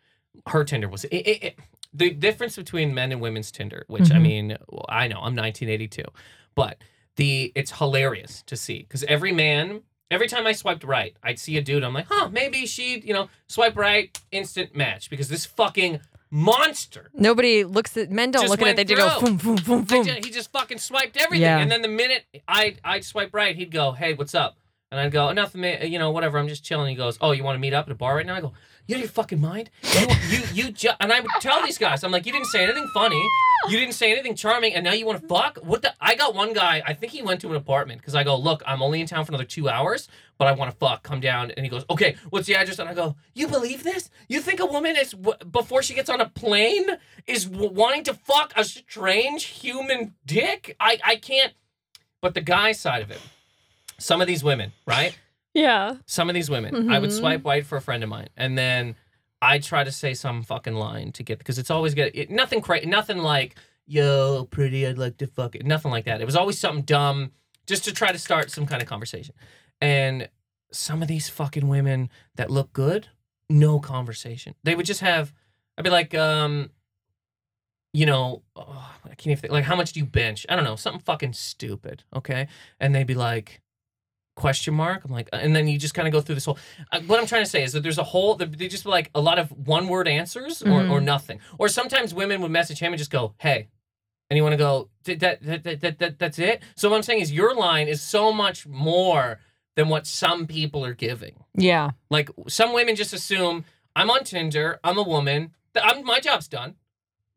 A: Her Tinder was it, it, it- the difference between men and women's Tinder, which I
B: Mhm.
A: mean, well, I know I'm 1982, but the it's hilarious to see because every man. Every time I swiped right, I'd see a dude. I'm like, huh, maybe she, you know, swipe right, instant match. Because this fucking monster
B: Nobody looks at men. Don't
A: Just
B: look at it.
A: went
B: They do go
A: through.
B: boom, boom, boom,
A: they
B: boom.
A: ju- he just fucking swiped everything.
B: Yeah.
A: And then the minute I I'd swipe right, he'd go, "Hey, what's up?" And I'd go, "Nothing, man. uh, You know, whatever. I'm just chilling." He goes, "Oh, you want to meet up at a bar right now?" I go, "You out of your fucking mind? You you you." Ju-. And I would tell these guys, "I'm like, you didn't say anything funny. You didn't say anything charming, and now you want to fuck? What the?" I got one guy. I think he went to an apartment because I go, "Look, I'm only in town for another two hours, but I want to fuck. Come down." And he goes, "Okay, what's the address?" And I go, "You believe this? You think a woman is w- before she gets on a plane is w- wanting to fuck a strange human dick? I I can't." But the guy side of it, some of these women, right?
B: Yeah.
A: Some of these women, I would
B: Mhm.
A: swipe right for a friend of mine, and then I try to say some fucking line to get because it's always good. It, nothing crazy, nothing like "Yo, pretty, I'd like to fuck it," nothing like that. It was always something dumb, just to try to start some kind of conversation. And some of these fucking women that look good, no conversation. They would just have. I'd be like, um, you know, oh, I can't even think. Like, how much do you bench? I don't know, something fucking stupid. Okay, and they'd be like, question mark. I'm like, and then you just kind of go through this whole. Uh, what I'm trying to say is that there's a whole. They just like a lot of one word answers or, or nothing. Or sometimes women would message him and just go, hey. And you want to go, "Th- that, that, that, that, that, that's it? So, what I'm saying is, your line is so much more than what some people are giving.
B: Yeah.
A: Like some women just assume I'm on Tinder, I'm a woman, th- I'm my job's done.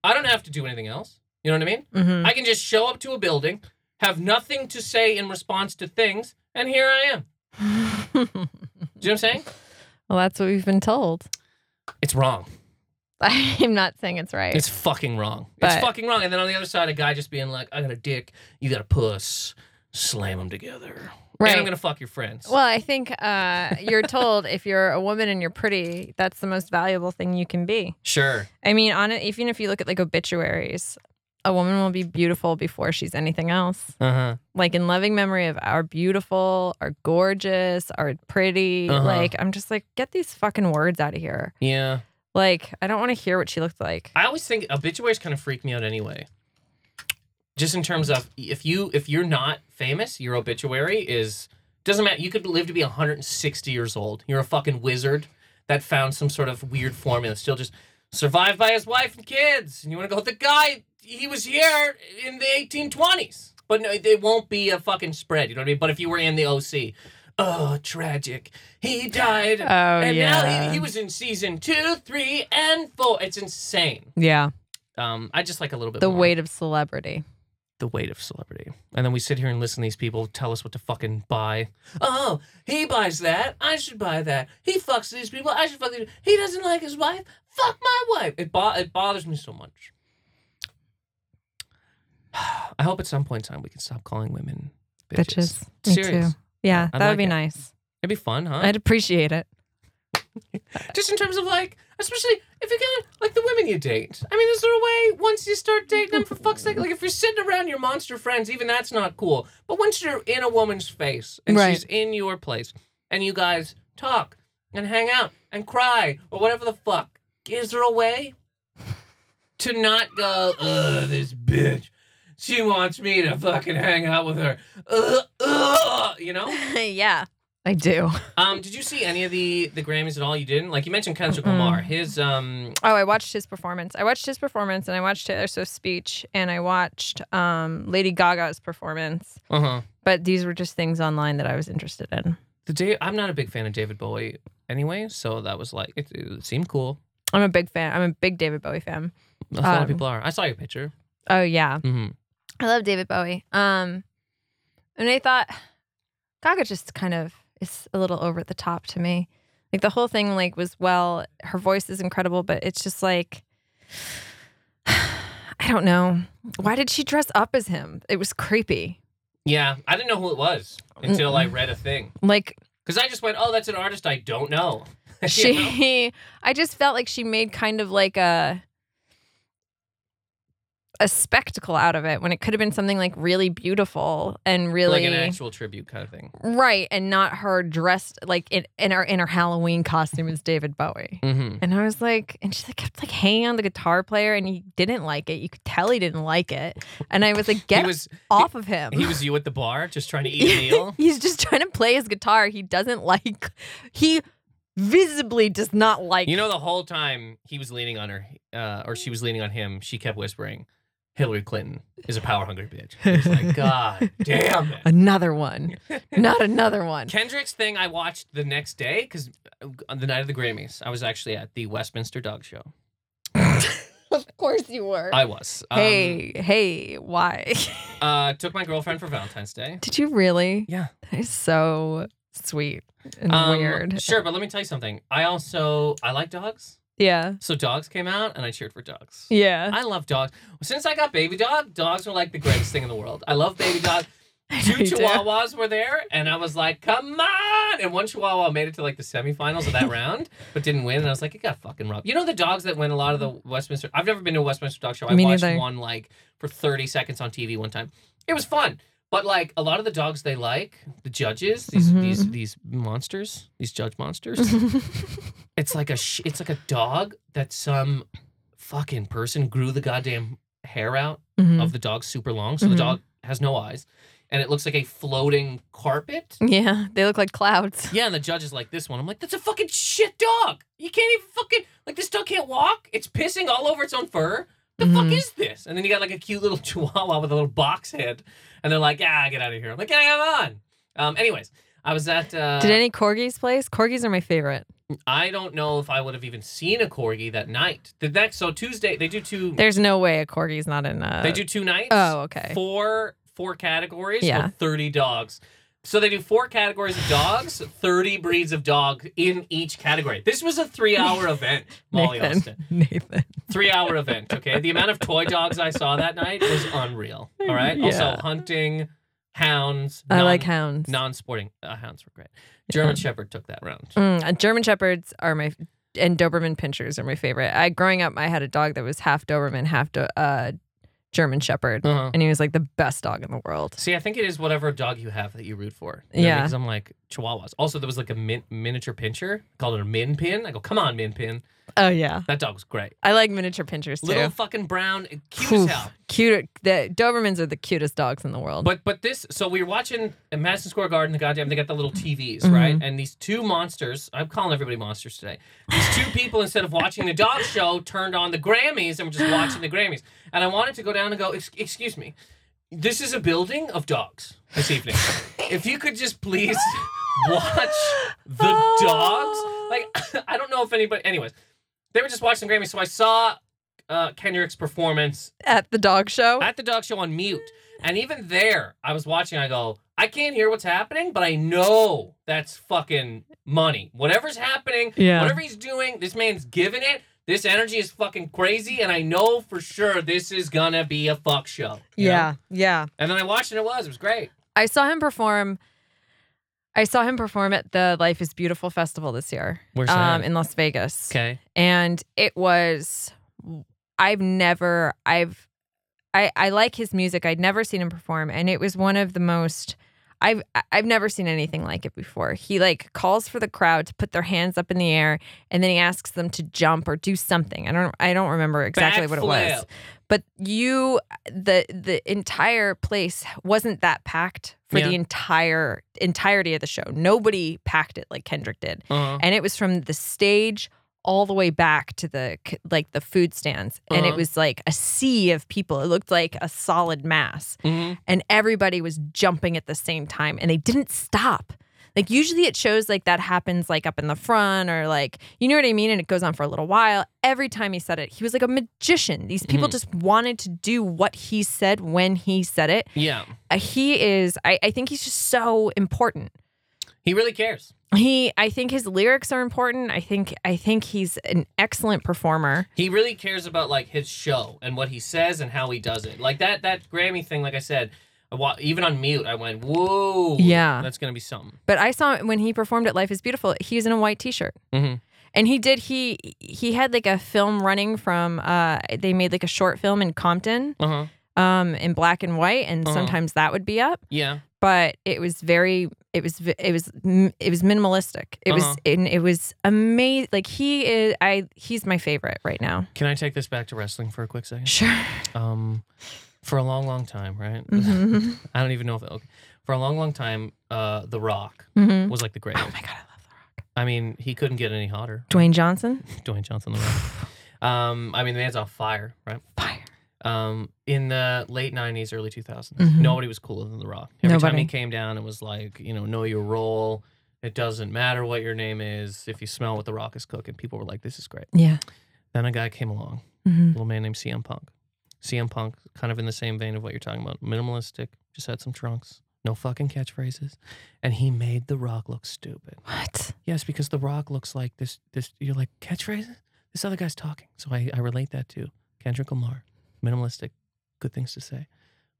A: I don't have to do anything else. You know what I mean?
B: hmm
A: I can just show up to a building, have nothing to say in response to things, and here I am. Do you know what I'm saying?
B: well, that's what we've been told.
A: It's wrong.
B: I'm not saying it's right.
A: It's fucking wrong.
B: But-
A: it's fucking wrong. And then on the other side, a guy just being like, "I got a dick, you got a puss, slam them together." And I'm
B: right.
A: gonna fuck your friends.
B: Well, I think uh, you're told if you're a woman and you're pretty, that's the most valuable thing you can be.
A: sure.
B: I mean, on it, even if you look at like obituaries, a woman will be beautiful before she's anything else.
A: Uh huh.
B: Like in loving memory of our beautiful, our gorgeous, our pretty.
A: Uh-huh.
B: Like I'm just like, get these fucking words out of here.
A: Yeah.
B: Like I don't want to hear what she looked like.
A: I always think obituaries kind of freak me out anyway. Just in terms of if you if you're not famous, your obituary is doesn't matter. You could live to be 160 years old. You're a fucking wizard that found some sort of weird formula. Still just survived by his wife and kids. And you want to go? The guy he was here in the 1820s, but no, it won't be a fucking spread. You know what I mean? But if you were in the OC. Oh, tragic. He died.
B: Oh,
A: and now
B: yeah.
A: he, he was in season two, three, and four. It's insane.
B: Yeah,
A: Um, I just like a little bit
B: the
A: more.
B: weight of celebrity.
A: the weight of celebrity. And then we sit here and listen to these people tell us what to fucking buy. Oh, he buys that. I should buy that. He fucks these people. I should fuck these. He doesn't like his wife. Fuck my wife. It, bo- it bothers me so much. I hope at some point in time we can stop calling women bitches.
B: Bitches. Me
A: Serious.
B: too. Yeah,
A: I'd
B: that would
A: like
B: be
A: it.
B: nice.
A: It'd be fun, huh?
B: I'd appreciate it.
A: Just in terms of like, especially if you got like the women you date. I mean, is there a way once you start dating them for fuck's sake? Like if you're sitting around your monster friends, even that's not cool. But once you're in a woman's face and
B: Right.
A: she's in your place, and you guys talk and hang out and cry or whatever the fuck, is there a way to not go? Ugh, this bitch. She wants me to fucking hang out with her. Ugh, ugh, you know.
B: yeah, I do.
A: Um, did you see any of the the Grammys at all? You didn't. Like you mentioned Kendrick
B: Mm-mm.
A: Lamar. His um,
B: Oh, I watched his performance. I watched his performance, and I watched Taylor Swift's speech, and I watched um, Lady Gaga's performance.
A: uh huh.
B: But these were just things online that I was interested in.
A: The day I'm not a big fan of David Bowie anyway, so that was like it, it seemed cool.
B: I'm a big fan. I'm a big David Bowie fan.
A: A lot of
B: Um,
A: people are. I saw your picture.
B: Oh yeah,
A: Mm-hmm.
B: I love David Bowie. Um, and I thought Gaga just kind of is a little over the top to me. Like the whole thing, like was well, her voice is incredible, but it's just like I don't know why did she dress up as him? It was creepy.
A: Yeah, I didn't know who it was until I read a thing
B: Like
A: because I just went, "Oh, that's an artist I don't know." You know?
B: she i just felt like she made kind of like a a spectacle out of it when it could have been something like really beautiful and really
A: like an actual tribute kind of thing.
B: right and not her dressed like in, in her in her halloween costume as david bowie
A: Mm-hmm.
B: and i was like and she like, kept like hanging on the guitar player and he didn't like it you could tell he didn't like it and i was like get
A: He was
B: off of him
A: he was you at the bar just trying to eat a meal.
B: He's just trying to play his guitar. He doesn't like. He visibly does not like.
A: You know, the whole time he was leaning on her, uh, or she was leaning on him, she kept whispering, "Hillary Clinton is a power hungry bitch." It's like, God damn it.
B: another one, not another one.
A: Kendrick's thing I watched the next day because on the night of the Grammys, I was actually at the Westminster Dog Show.
B: of course you were.
A: I was. Um,
B: hey, hey, why?
A: Uh, took my girlfriend for Valentine's Day.
B: Did you really?
A: Yeah.
B: That is so sweet and
A: Um,
B: weird.
A: Sure, but let me tell you something. I also I like dogs,
B: Yeah,
A: so dogs came out and I cheered for dogs.
B: yeah.
A: I love dogs. Since I got baby dog, dogs are like the greatest thing in the world. I love baby dog. two
B: I do.
A: chihuahuas were there, and I was like, "Come on!" And one chihuahua made it to like the semifinals of that round, but didn't win. And I was like, "It got fucking robbed." You know the dogs that win a lot of the Westminster. I've never been to a Westminster dog show. I
B: Mm-hmm. Me
A: watched
B: neither.
A: one like for thirty seconds on TV one time. It was fun, but like a lot of the dogs they like, the judges, these
B: Mhm.
A: these these monsters, these judge monsters.
B: Mm-hmm.
A: it's like a sh- it's like a dog that some fucking person grew the goddamn hair out
B: Mhm.
A: of the dog super long, so
B: Mhm.
A: the dog has no eyes, and it looks like a floating carpet.
B: Yeah, they look like clouds.
A: Yeah, and the judge is like, "This one." I'm like, "That's a fucking shit dog. You can't even fucking like this dog can't walk. It's pissing all over its own fur. The fuck
B: Mhm.
A: is this?" And then you got like a cute little chihuahua with a little box head, and they're like, "Ah, get out of here." I'm like, "Yeah, come on." Um, anyways, I was at. Uh,
B: Did any corgis place? Corgis are my favorite.
A: I don't know if I would have even seen a corgi that night. The next, so Tuesday they do two.
B: There's no way a corgi's not in a.
A: They do two nights.
B: Uh, Oh, okay.
A: Four four categories
B: Yeah.
A: with thirty dogs. So they do four categories of dogs, thirty breeds of dog in each category. This was a three-hour event, Molly
B: Nathan.
A: Austin.
B: Nathan.
A: Three-hour event. Okay, the amount of toy dogs I saw that night was unreal. All right. Also
B: Yeah.
A: hunting, hounds.
B: I
A: non-
B: like hounds.
A: non-sporting. Uh, hounds were great. German Shepherd took that round.
B: Mm, uh, German shepherds are my and Doberman pinschers are my favorite. I growing up, I had a dog that was half Doberman, half do, uh, German shepherd,
A: Uh-huh.
B: and he was like the best dog in the world.
A: See, I think it is whatever dog you have that you root for.
B: Yeah.
A: Because I'm like Chihuahuas. Also, there was like a min- miniature pincher called it a min pin. I go, come on, min pin.
B: Oh yeah,
A: That dog was great.
B: I like miniature pinschers too.
A: Little fucking brown, cute as
B: Oof,
A: hell.
B: cute. The Dobermans are the cutest dogs in the world.
A: But but this, so we were watching at Madison Square Garden. The goddamn, they got the little TVs, right? And these two monsters. I'm calling everybody monsters today. These two people, instead of watching the dog show, turned on the Grammys and were just watching the Grammys. And I wanted to go down and go, "Ex- excuse me, this is a building of dogs this evening. if you could just please watch the dogs. Like I don't know if anybody. Anyways, they were just watching the Grammys, so I saw. Uh, Kendrick's performance
B: at the dog show,
A: at the dog show on mute. And even there, I was watching, I go, I can't hear what's happening, but I know that's fucking money. Whatever's happening,
B: Yeah.
A: whatever he's doing, this man's giving it. This energy is fucking crazy, and I know for sure this is gonna be a fuck show. you know?
B: yeah, yeah.
A: And then I watched and it was. It was great.
B: I saw him perform. I saw him perform at the Life is Beautiful festival this year
A: Where's
B: um, in Las Vegas.
A: Okay.
B: and it was i've never i've i i like his music i'd never seen him perform and it was one of the most i've i've never seen anything like it before he like calls for the crowd to put their hands up in the air and then he asks them to jump or do something i don't i don't remember exactly what it was
A: Backflip.
B: but you the the entire place wasn't that packed for
A: Yeah.
B: the entire entirety of the show nobody packed it like kendrick did
A: Uh-huh.
B: and it was from the stage all the way back to the c- like the food stands and it
A: Uh-huh.
B: was like a sea of people it looked like a solid mass
A: Mhm.
B: and everybody was jumping at the same time and they didn't stop like usually it shows like that happens like up in the front or like you know what i mean and it goes on for a little while every time he said it he was like a magician these people
A: Mhm.
B: just wanted to do what he said when he said it
A: Yeah.
B: Uh, he is I, I think he's just so important
A: He really cares.
B: he i think his lyrics are important i think i think he's an excellent performer
A: He really cares about like his show and what he says and how he does it. Like that that Grammy thing. Like I said, I wa- even on mute, I went, "Whoa,
B: Yeah.
A: that's gonna be something."
B: but i saw when he performed at life is beautiful he was in a white t-shirt
A: Mhm.
B: and he did he he had like a film running from uh they made like a short film in compton
A: Uh huh.
B: um in black and white and
A: Uh-huh.
B: sometimes that would be up
A: Yeah.
B: but it was very it was v- it was m- it was minimalistic it
A: Uh-huh.
B: was and it was amazing like he is i he's my favorite right now
A: Can I take this back to wrestling for a quick second?
B: sure
A: Um, for a long, long time, right?
B: hmm
A: I don't even know if okay. for a long, long time, uh, The Rock
B: hmm
A: was like the greatest.
B: oh my god i love the rock
A: I mean, he couldn't get any hotter.
B: dwayne johnson
A: Dwayne Johnson, The Rock. Um, I mean, the man's on fire, right?
B: fire
A: um, in the late 90s, early 2000s.
B: Mhm.
A: Nobody was cooler than The Rock. Every time
B: Nobody.
A: he came down, it was like, you know, know your role. It doesn't matter what your name is. If you smell what The Rock is cooking, people were like, this is great.
B: yeah
A: Then a guy came along, a
B: hmm
A: little man named CM Punk. CM Punk, kind of in the same vein of what you're talking about, minimalistic, just had some trunks, no fucking catchphrases. And he made The Rock look stupid.
B: What?
A: Yes, because The Rock looks like this. This you're like catchphrases. This other guy's talking, so I, I relate that to Kendrick Lamar, minimalistic, good things to say.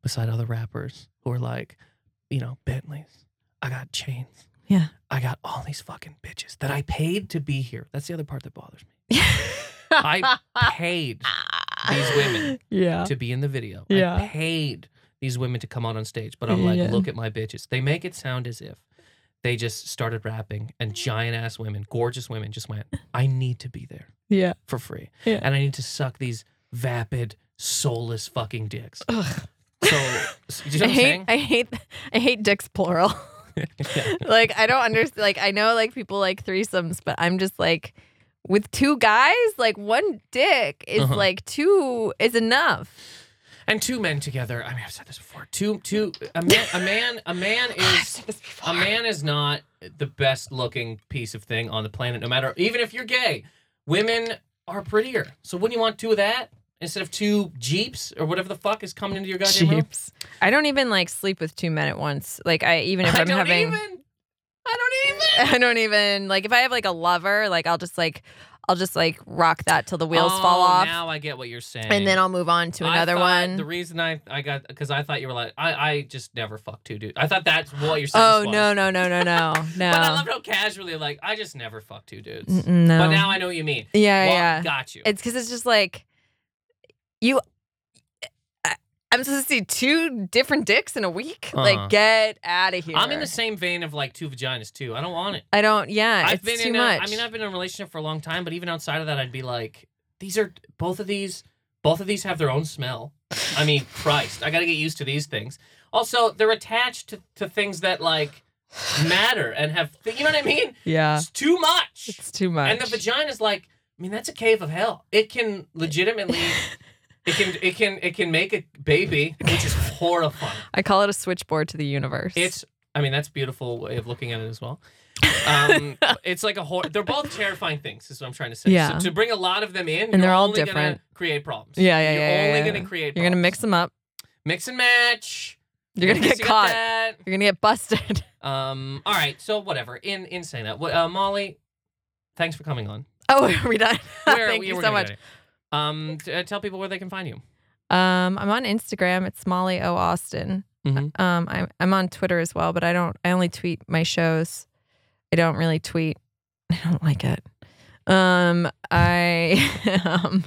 A: Beside other rappers who are like, you know, Bentleys. I got chains.
B: Yeah.
A: I got all these fucking bitches that I paid to be here. That's the other part that bothers me. I paid these women.
B: Yeah.
A: to be in the video. I
B: Yeah.
A: paid these women to come out on stage, but I'm like,
B: Yeah.
A: look at my bitches. They make it sound as if they just started rapping and giant ass women, gorgeous women, just went, I need to be there
B: Yeah.
A: for free.
B: Yeah.
A: And I need to suck these vapid, soulless fucking dicks.
B: Ugh.
A: So, s- do you know
B: I
A: what I'm
B: hate.
A: saying?
B: I hate. I hate dicks plural.
A: Yeah.
B: like I don't understand. Like I know like people like threesomes, but I'm just like with two guys. Like one dick is
A: Uh-huh.
B: like two is enough.
A: And two men together. I mean, I've said this before. Two, two, a man, a man, a man is.
B: this
A: A man is not the best looking piece of thing on the planet, no matter even if you're gay. Women are prettier. So wouldn't you want two of that instead of two Jeeps or whatever the fuck is coming into your goddamn room?
B: I don't even like sleep with two men at once. Like I even if
A: I
B: I'm
A: don't
B: having.
A: even. I don't even.
B: I don't even like if I have like a lover. Like I'll just like I'll just like rock that till the wheels
A: Oh,
B: fall off.
A: Now I get what you're saying.
B: and then I'll move on to
A: I
B: another
A: thought-
B: one.
A: The reason I, I got because I thought you were like I, I just never fuck two dudes. I thought that's what you're saying.
B: Oh no no no no no no.
A: But I loved how casually like I just never fuck two dudes.
B: Mm, mm, no.
A: But now I know what you mean.
B: yeah
A: Well,
B: yeah.
A: Got you.
B: It's because it's just like you. I- I'm supposed to see two different dicks in a week.
A: Uh-huh.
B: Like get out of here.
A: I'm in the same vein of like two vaginas too. I don't want it.
B: I don't. Yeah,
A: I've
B: it's
A: been
B: too
A: in. A,
B: much.
A: I mean, I've been in a relationship for a long time, but even outside of that, I'd be like, these are both of these. Both of these have their own smell. I mean, Christ, I got to get used to these things. Also, they're attached to, to things that like matter and have. Th- you know what I mean?
B: yeah,
A: It's too much.
B: Uh, it's too much.
A: and the vagina's like. I mean, that's a cave of hell. It can legitimately. It can it can it can make a baby, which is horrifying.
B: I call it a switchboard to the universe.
A: It's. I mean, that's a beautiful way of looking at it as well. Um, it's like a hor- they're both terrifying things. Is what I'm trying to say.
B: Yeah.
A: So to bring a lot of them in,
B: And they're
A: you're
B: all
A: only gonna
B: different.
A: create problems.
B: Yeah, yeah,
A: You're
B: yeah,
A: only
B: yeah,
A: gonna
B: yeah.
A: create.
B: you're gonna
A: problems.
B: mix them up.
A: Mix and match.
B: You're gonna
A: Mixing up
B: get caught.
A: that.
B: You're gonna get busted.
A: Um. All right. So whatever. In in saying that, what, uh, Molly, thanks for coming on.
B: Oh, are we done?
A: Where-
B: Thank
A: we
B: you
A: were
B: so
A: gonna
B: much.
A: go to- Um. t- uh, tell people where they can find you.
B: Um, I'm on Instagram. It's Molly O Austin.
A: Mhm.
B: Um, I'm I'm on Twitter as well, but I don't. I only tweet my shows. I don't really tweet. I don't like it. Um, I um,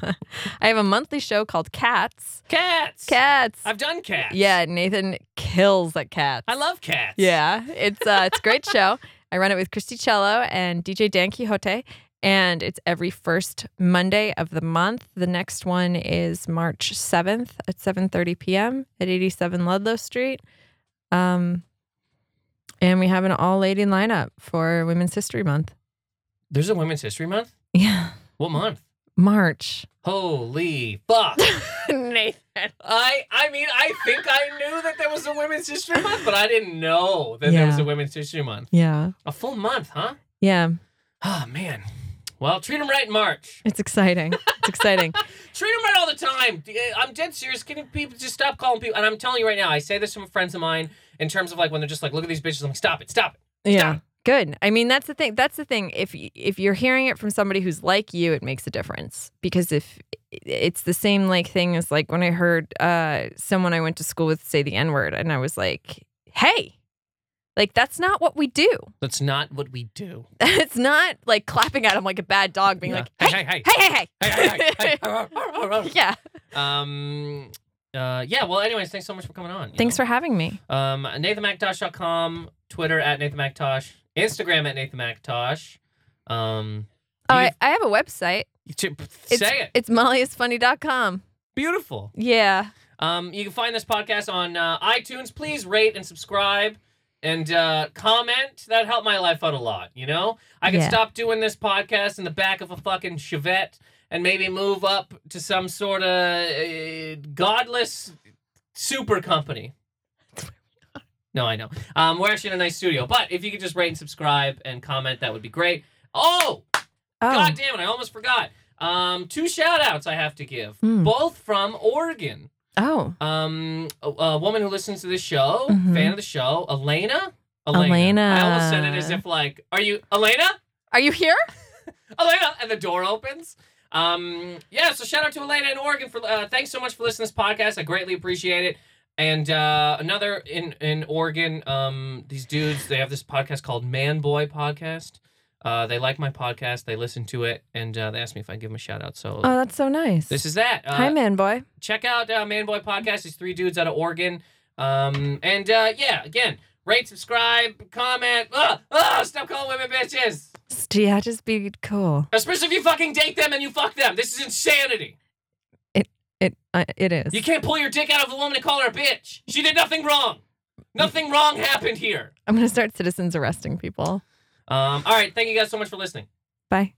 B: I have a monthly show called Cats.
A: Cats.
B: Cats.
A: I've done cats.
B: Yeah, Nathan kills at cats.
A: I love cats.
B: Yeah, it's uh, it's a great show. I run it with Christy Cello and DJ Dan Quixote, and it's every first Monday of the month. The next one is March seventh at seven thirty p.m. at eighty-seven Ludlow Street. Um, and we have an all-lady lineup for Women's History Month.
A: There's a Women's History Month.
B: Yeah,
A: What month?
B: March.
A: Holy fuck.
B: Nathan.
A: I I mean I think I knew that there was a Women's History Month, but I didn't know that there was
B: Yeah.
A: a Women's History Month.
B: Yeah,
A: A full month, huh?
B: yeah,
A: Oh man. Well, treat them right in March.
B: it's exciting. It's exciting.
A: Treat them right all the time. D- eh, I'm dead serious. Can people just stop calling people? And I'm telling you right now, I say this from friends of mine in terms of like when they're just like, look at these bitches. I'm like, stop it, stop it.
B: Yeah. Good. I mean, that's the thing. That's the thing. If y- if you're hearing it from somebody who's like you, it makes a difference because if it's the same like thing as like when I heard uh, someone I went to school with say the n word, and I was like, "Hey, like that's not what we do.
A: That's not what we do.
B: it's not like clapping at him like a bad dog, being
A: Yeah.
B: like, hey,
A: hey, hey.
B: hey, hey,
A: Hey,
B: hey,
A: hey, Oh. hey, hey.
B: yeah."
A: um uh yeah, well anyways, thanks so much for coming on. you
B: Thanks
A: know?
B: for having me.
A: Um, NathanMactosh.com, Twitter at NathanMactosh, Instagram at NathanMactosh. Um,
B: Oh,
A: you
B: I, I have a website.
A: can- t-
B: It's,
A: say it.
B: It's mollyisfunny.com.
A: Beautiful.
B: Yeah.
A: Um, you can find this podcast on uh, iTunes. Please rate and subscribe and uh, comment. That helped my life out a lot. You know, I could
B: Yeah.
A: stop doing this podcast in the back of a fucking Chevette and maybe move up to some sort of uh, godless super company. No, I know. Um, we're actually in a nice studio, but if you could just rate and subscribe and comment, that would be great. Oh,
B: Oh,
A: god damn it! I almost forgot. Um, two shout outs I have to give,
B: Hmm.
A: both from Oregon
B: oh,
A: um a, a woman who listens to the show,
B: Mhm.
A: fan of the show, Elena. Elena.
B: Elena.
A: I almost said it as if like, are you Elena?
B: are you here?
A: Elena, and the door opens. Um, yeah. So shout out to Elena in Oregon for uh, thanks so much for listening to this podcast. I greatly appreciate it. And uh, another in in Oregon, um, these dudes they have this podcast called Man Boy Podcast. Uh, they like my podcast. They listen to it, and uh, they asked me if I give them a shout out. So
B: Oh, that's so nice.
A: this is that. Uh,
B: Hi, man boy.
A: check out uh, Man Boy Podcast. These three dudes out of Oregon. Um, and uh, yeah, again, rate, subscribe, comment. Ugh, ugh, stop calling women bitches.
B: Just- Yeah, just be cool.
A: Especially if you fucking date them and you fuck them. This is insanity.
B: It uh, it is.
A: You can't pull your dick out of a woman and call her a bitch. She did nothing wrong. Nothing wrong happened here.
B: I'm gonna start citizens arresting people.
A: Um, all right, thank you guys so much for listening.
B: Bye.